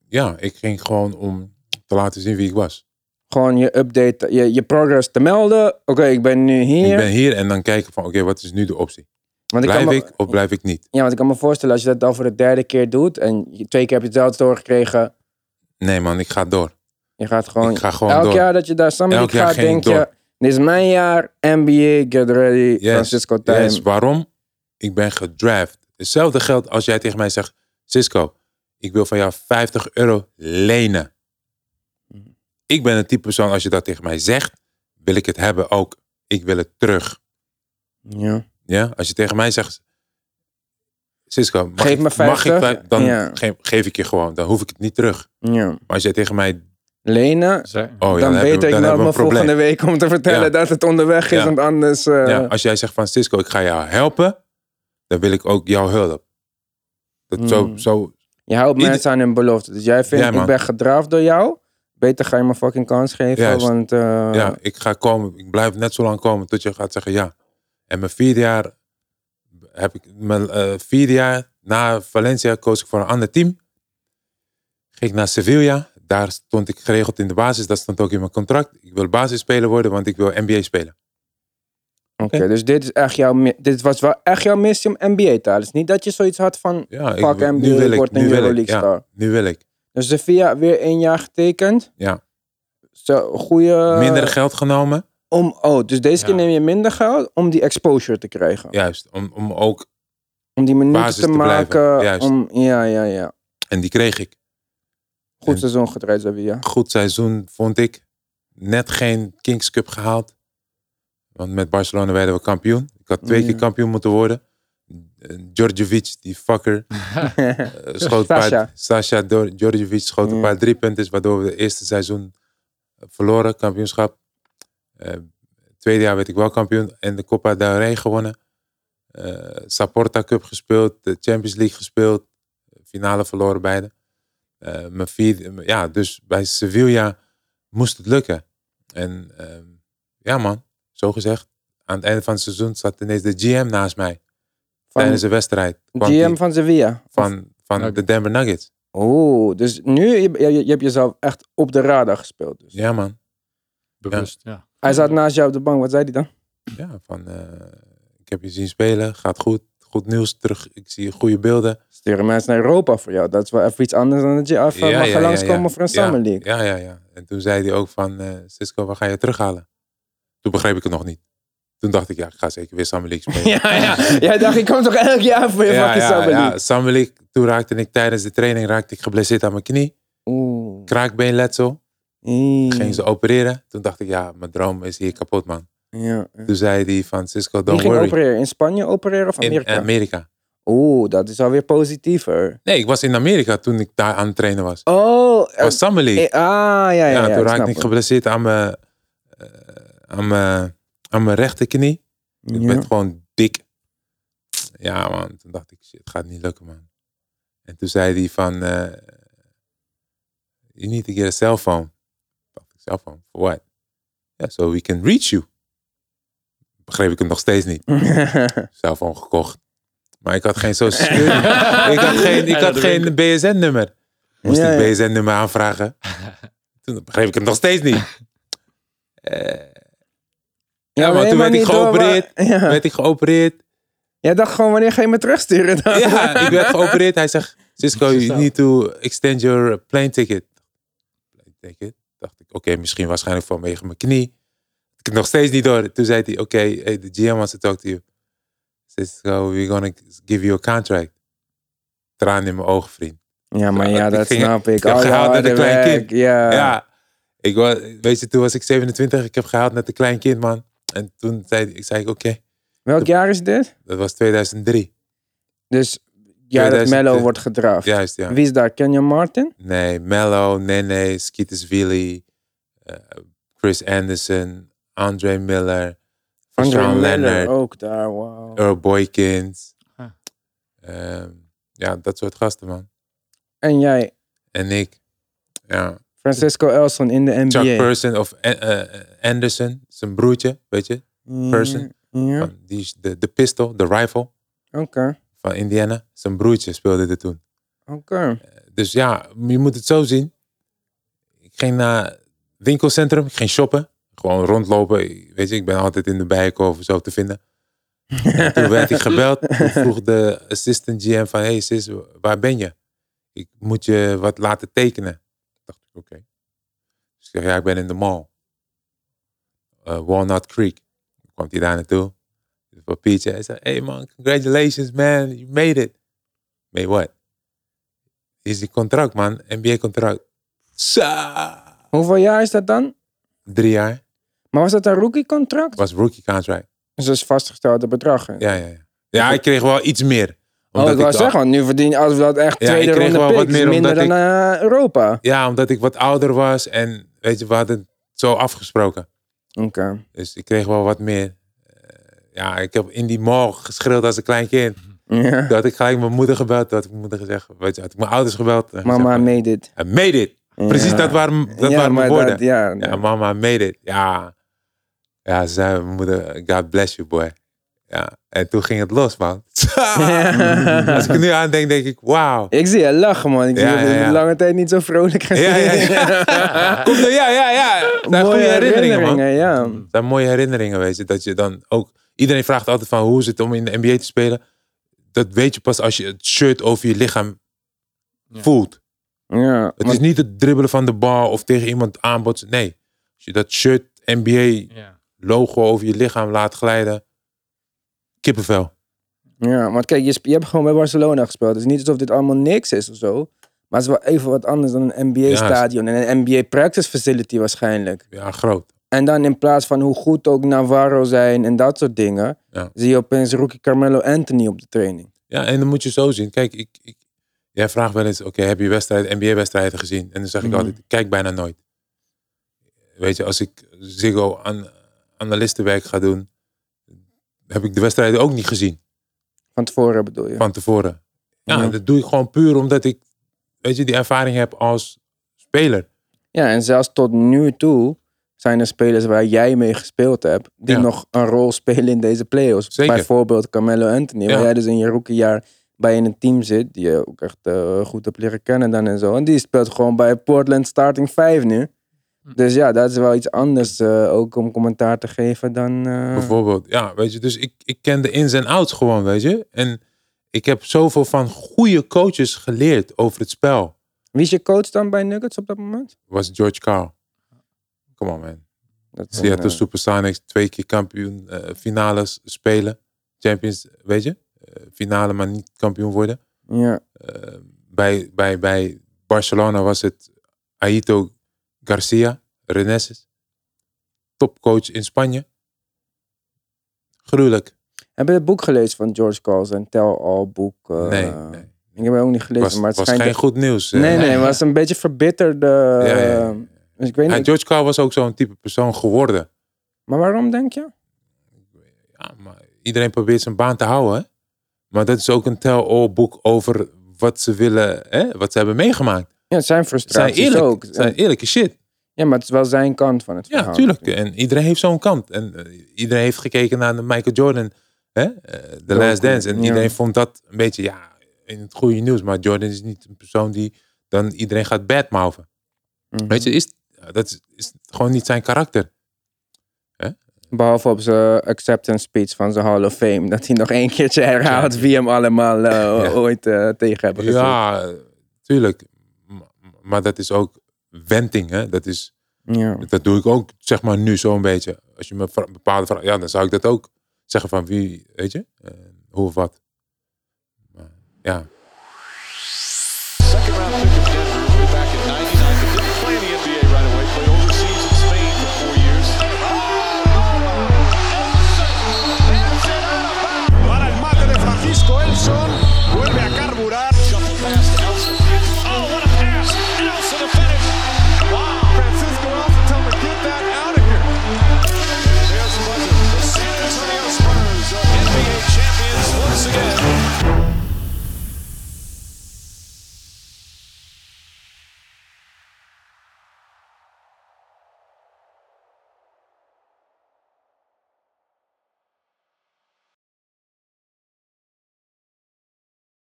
Ja, ik ging gewoon om te laten zien wie ik was.
Gewoon je update, je, je progress te melden. Oké, ik ben nu hier.
Ik ben hier en dan kijken van, oké, wat is nu de optie?
want ik kan
Blijf
me-
ik of blijf ik niet?
Ja, want ik kan me voorstellen als je dat dan voor de derde keer doet en je- twee keer heb je hetzelfde doorgekregen.
Nee man, ik ga door.
Je gaat gewoon,
ik ga gewoon
elk
door.
jaar dat je daar samen
Elk jaar
gaat,
ging
denk
ik door.
je, dit is mijn jaar, NBA, get ready,
Yes,
Francisco Time.
Yes, waarom? Ik ben gedraft. Hetzelfde geldt als jij tegen mij zegt, Cisco, ik wil van jou 50 euro lenen.
Mhm.
Ik ben het type persoon, als je dat tegen mij zegt, wil ik het hebben ook. Ik wil het terug.
Ja.
Ja, als je tegen mij zegt, Cisco, mag
Geef
ik,
me
mag ik
50?
vijf- dan
Ja.
geef, geef ik je gewoon, dan hoef ik het niet terug.
ja.
Maar als jij tegen mij,
Lenen,
Zij-
oh ja,
dan, weet
dan, hebben, we-
ik
dan
wel
hebben we
me
een probleem.
volgende week om te vertellen
Ja.
dat het onderweg is,
Ja.
want anders... eh,
Ja, als jij zegt van Cisco, ik ga jou helpen, dan wil ik ook jouw hulp. Dat zo,
Hmm.
zo,
Je houdt
Ieder-
mensen aan hun belofte. Dus jij vindt,
Ja, man.
ik ben gedraafd door jou, beter ga je me fucking kans geven,
Juist.
want... eh,
ja, ik ga komen, ik blijf net zo lang komen tot je gaat zeggen ja. En mijn vierde jaar, heb ik, mijn eh, vierde jaar na Valencia koos ik voor een ander team. Ging ik naar Sevilla. Daar stond ik geregeld in de basis. Dat stond ook in mijn contract. Ik wil basisspeler worden, want ik wil NBA spelen.
Oké, dus dit, is echt jouw, mi- dit was wel echt jouw missie om NBA te halen. Het is niet dat je zoiets had van,
Ja, ik,
fuck
wil-
NBA, ik word
nu
een
wil ik,
Euroleague
ja,
star.
nu wil ik.
Dus Sevilla weer één jaar getekend.
Ja.
Zo, goede...
Minder geld genomen.
Om, oh, dus deze keer
Ja.
neem je minder geld om die exposure te krijgen.
Juist, om, om ook.
Om die minuten
Basis
te,
te blijven,
maken.
juist.
Om, ja, ja, ja.
En die kreeg ik.
Goed
En-
seizoen gedraaid, Sevilla.
goed seizoen, vond ik. Net geen Kings Cup gehaald. Want met Barcelona werden we kampioen. Ik had twee
Ja.
keer kampioen moeten worden. Eh, Djordjevic, die
[LAUGHS]
fucker, eh, schoot
Sasha.
een paar... Sasha Dor- Djordjevic schoot
Ja.
een paar driepunters... waardoor we het eerste seizoen eh, verloren, kampioenschap. Eh, tweede jaar werd ik wel kampioen. En de Copa del Rey gewonnen. Eh Saporta Cup gespeeld. De Champions League gespeeld. Finale verloren beide. Eh, mijn vierde, m- ja, dus bij Sevilla moest het lukken. En ehm, ja man, zo gezegd. Aan het einde van het seizoen zat ineens de GM naast mij. tijdens
Van
de wedstrijd. kwam
GM
die
van Sevilla.
van, van de
Nuggets.
Denver Nuggets.
Oeh, dus nu je, je, je hebt jezelf echt op de radar gespeeld. Dus.
Ja man.
Bewust, ja.
Hij zat naast jou op de bank, wat zei hij dan?
Ja, van eh, ik heb je zien spelen, gaat goed. Goed nieuws terug, ik zie goede beelden.
Sturen mensen naar Europa voor jou. Dat is wel even iets anders dan dat je af
Ja,
mag
ja,
je
ja,
langskomen
ja.
voor een Summer
[LAUGHS]
League.
Ja, ja, ja. En toen zei hij ook van, eh, Cisco, waar ga je terughalen? Toen begreep ik het nog niet. Toen dacht ik, ja, ik ga zeker weer Summer League spelen.
[LAUGHS] Ja, ja. Jij dacht, ik kom toch elk jaar voor je fucking Summer League?
ja, Samuel, ik- toen raakte ik tijdens de training raakte ik geblesseerd aan mijn knie.
Oeh.
Kraakbeenletsel.
Mm.
Gingen ze opereren. Toen dacht ik, ja, mijn droom is hier kapot, man.
Ja.
Toen zei die van Cisco,
Wie
don't
Mm. ging
worry.
opereren? In Spanje opereren of
In
Amerika?
Amerika.
Oeh, dat is alweer positiever.
Nee, ik was in Amerika toen ik daar aan het trainen was.
Oh,
Het was Summer League.
eh, ah, ja, ja. ja,
ja, toen
ik
raakte
snap
ik
het.
geblesseerd aan mijn, eh, aan mijn, aan mijn rechterknie. Ik
Ja.
ben
[LAUGHS]
gewoon dik. Ja, man. Toen dacht ik, shit, het gaat niet lukken, man. En toen zei hij van, eh, you need to get a cell phone. Dacht ik, cell phone? For what? Ja, so we can reach you. Begreep ik hem nog steeds niet. Cellfoon gekocht. Maar ik had geen
[LAUGHS]
social security. ik had geen, ik
Ja,
had
dat weet
geen BSN-nummer. Moest
Ja,
ik
ja.
BSN-nummer
[LAUGHS]
aanvragen. Toen begreep ik hem nog steeds niet. Eh, Ja, maar
nee,
toen werd ik
niet door, maar-
geopereerd.
[LAUGHS] ja.
werd ik
[LAUGHS]
geopereerd.
Jij dacht gewoon, wanneer ga je me terugsturen dan?
Ja, ik werd geopereerd. Hij zegt, Cisco, you need to extend your plane ticket. Plane ticket? Dacht ik, oké, misschien waarschijnlijk vanwege mijn knie. Ik heb het nog steeds niet door. Toen zei hij, oké, hey, the GM wants to talk to you. Cisco, we're gonna give you a contract. Traan in mijn ogen, vriend.
Ja, maar
Ja,
ja,
ik
dat
ging-
snap ik.
ik heb
Al je
gehaald met een
harde
klein
werk, Ja.
Ja, ik was, weet je, toen was ik 27. Ik heb gehaald met een klein kind, man. En toen zei ik, zei ik oké,
Welk jaar is dit?
dat was 2003.
Dus ja, dat
2000,
Mello
eh,
wordt gedraft.
Juist, ja.
Wie is daar? Kenyon Martin?
Nee, Mello, Nene, Skeeters Willy, eh, Chris Anderson, Andre Miller, Sean
Miller oh.
Leonard,
ook daar, wauw.
Earl Boykins.
Ah.
Ehm, ja, dat soort gasten, man.
En jij,
En ik, ja.
Francisco Elson in de NBA.
Chuck Person of eh, eh, Anderson, zijn broertje, weet je.
Ja,
Person.
Mm, Ja,
Van die, is de, de pistol, de rifle
oké.
van Indiana. Zijn broertje speelde er toen.
Oké.
Dus ja, je moet het zo zien. Ik ging naar het winkelcentrum, ik ging shoppen. Gewoon rondlopen. Ik- Weet je, ik ben altijd in de bijenkorf of zo te vinden. En toen werd ik gebeld. Toen vroeg de assistant GM van... Hey sis, waar ben je? Ik moet je wat laten tekenen. Ik dacht, oké. Dus ik zeg, ja, ik ben in de mall. Eh, Walnut Creek. Toen kwam hij daar naartoe. Een papiertje. Hij zei, hey man, congratulations man. You made it. Made what? is die contract, man. NBA-contract. Sa-
Hoeveel jaar is dat dan?
Drie jaar.
Maar was dat een rookie-contract?
Was rookie-contract.
Dus dat is vastgestelde bedrag. hè?
Ja, ja, ja. Ja, ik kreeg wel iets meer.
oh, ik wou
was
zeggen, want nu verdien als we dat echt
Ja,
tweede
ik kreeg
ronde
wel wat
pick,
meer
minder dan
omdat
eh, Europa.
Ja, omdat ik wat ouder was en weet je, we hadden het zo afgesproken.
Oké.
Dus ik kreeg wel wat meer. Eh, ja, ik heb in die mall geschreeuwd als een klein kind.
Ja.
Toen had ik gelijk mijn moeder gebeld. Toen had ik mijn moeder gezegd, weet je, had ik mijn ouders gebeld. en
Mama
gezegd,
made it.
I made it. Precies,
Ja.
dat waren, dat
ja,
waren
maar
mijn woorden.
dat- ja,
Ja, mama made it. Ja. Ja, ze zei mijn moeder, God bless you, boy. Ja, en toen ging het los, man. [LAUGHS] Als ik er nu aan denk, denk ik, wauw.
Ik zie je lachen, man. Ik
Ja,
zie je
ja, ja.
lange tijd niet zo vrolijk gezien.
Ja, ja, ja. Kom nou, ja, ja, ja. Het zijn goede herinneringen, man. Het
ja.
zijn mooie herinneringen, weet je. Dat je dan ook... Iedereen vraagt altijd van, hoe is het om in de NBA te spelen? Dat weet je pas als je het shirt over je lichaam
Ja.
voelt.
Ja,
Het
maar-
is niet het dribbelen van de bal of tegen iemand aanbotsen. Nee. Als je dat shirt NBA
Ja.
logo over je lichaam laat glijden. Kippenvel.
ja, want kijk, je, sp- je hebt gewoon bij Barcelona gespeeld. Het is niet alsof dit allemaal niks is of zo. Maar het is wel even wat anders dan een NBA-stadion en een NBA-practice facility waarschijnlijk.
Ja, groot.
En dan in plaats van hoe goed ook Navarro zijn en dat soort dingen,
Ja.
zie je opeens rookie Carmelo Anthony op de training.
Ja, en dan moet je zo zien. Kijk, ik, ik, jij vraagt wel eens, oké, heb je wedstrijd, NBA-wedstrijden gezien? En dan zeg ik
Mhm.
altijd, ik kijk bijna nooit. Weet je, als ik Ziggo an, analistenwerk ga doen, heb ik de wedstrijden ook niet gezien
Van tevoren bedoel je.
van tevoren. Ja,
Ja.
en dat doe ik gewoon puur omdat ik, weet je, die ervaring heb als speler.
Ja, en zelfs tot nu toe zijn er spelers waar jij mee gespeeld hebt, die
Ja.
nog een rol spelen in deze playoffs.
Zeker.
Bijvoorbeeld Carmelo Anthony, waar
Ja.
jij dus in je rookiejaar bij in een team zit, die je ook echt eh, goed hebt leren kennen dan en zo. En die speelt gewoon bij Portland Starting 5 nu.
Hm.
Dus ja, dat is wel iets anders eh, ook om commentaar te geven dan... eh,
Bijvoorbeeld, ja, weet je. Dus ik, ik ken de ins en outs gewoon, weet je. En ik heb zoveel van goede coaches geleerd over het spel.
Wie is je coach dan bij Nuggets op dat moment?
Was George Carl. Come on, man.
Dat is een,
Seattle
eh,
Supersonics, twee keer kampioen, eh, finales spelen. Champions, weet je. Eh, finale, maar niet kampioen worden.
Ja,
Eh, bij, bij, bij Barcelona was het Aito Garcia, Reneses. Topcoach in Spanje. Gruwelijk.
heb je het boek gelezen van George Carlson? Een tell-all boek. eh,
nee, nee.
Ik heb het ook niet gelezen,
was,
maar het
was
schijnt...
geen goed nieuws. eh.
Nee, nee,
Ja.
het was een beetje verbitterde.
Ja, ja, ja.
eh, Dus ik weet
Ja,
niet.
George Carl was ook zo'n type persoon geworden.
Maar waarom denk je?
Ja, maar iedereen probeert zijn baan te houden. hè. Maar dat is ook een tell-all boek over wat ze willen, hè, wat ze hebben meegemaakt.
Ja, het zijn
Zijn
frustraties
eerlijk,
ook.
zijn eerlijke shit.
Ja, maar het is wel zijn kant van het verhaal.
Ja, tuurlijk.
natuurlijk.
En iedereen heeft zo'n kant. En eh, iedereen heeft gekeken naar de Michael Jordan, hè? eh, The Last Dance. En
ja.
iedereen vond dat een beetje, ja, in het goede nieuws. Maar Jordan is niet een persoon die dan iedereen gaat badmouwen.
Mhm.
Weet je, is, dat is, is gewoon niet zijn karakter.
Behalve op zijn acceptance speech van zijn Hall of Fame. Dat hij nog één keertje herhaalt wie hem allemaal eh,
Ja.
ooit eh, tegen hebben gezet.
Ja, eh, tuurlijk. M- Maar dat is ook wenting, hè? Dat is
Ja.
Dat doe ik ook, zeg maar, nu zo'n beetje. Als je me vra- bepaalde vragen... Ja, dan zou ik dat ook zeggen van wie, weet je? eh, hoe of wat. Maar, ja.
Second round pick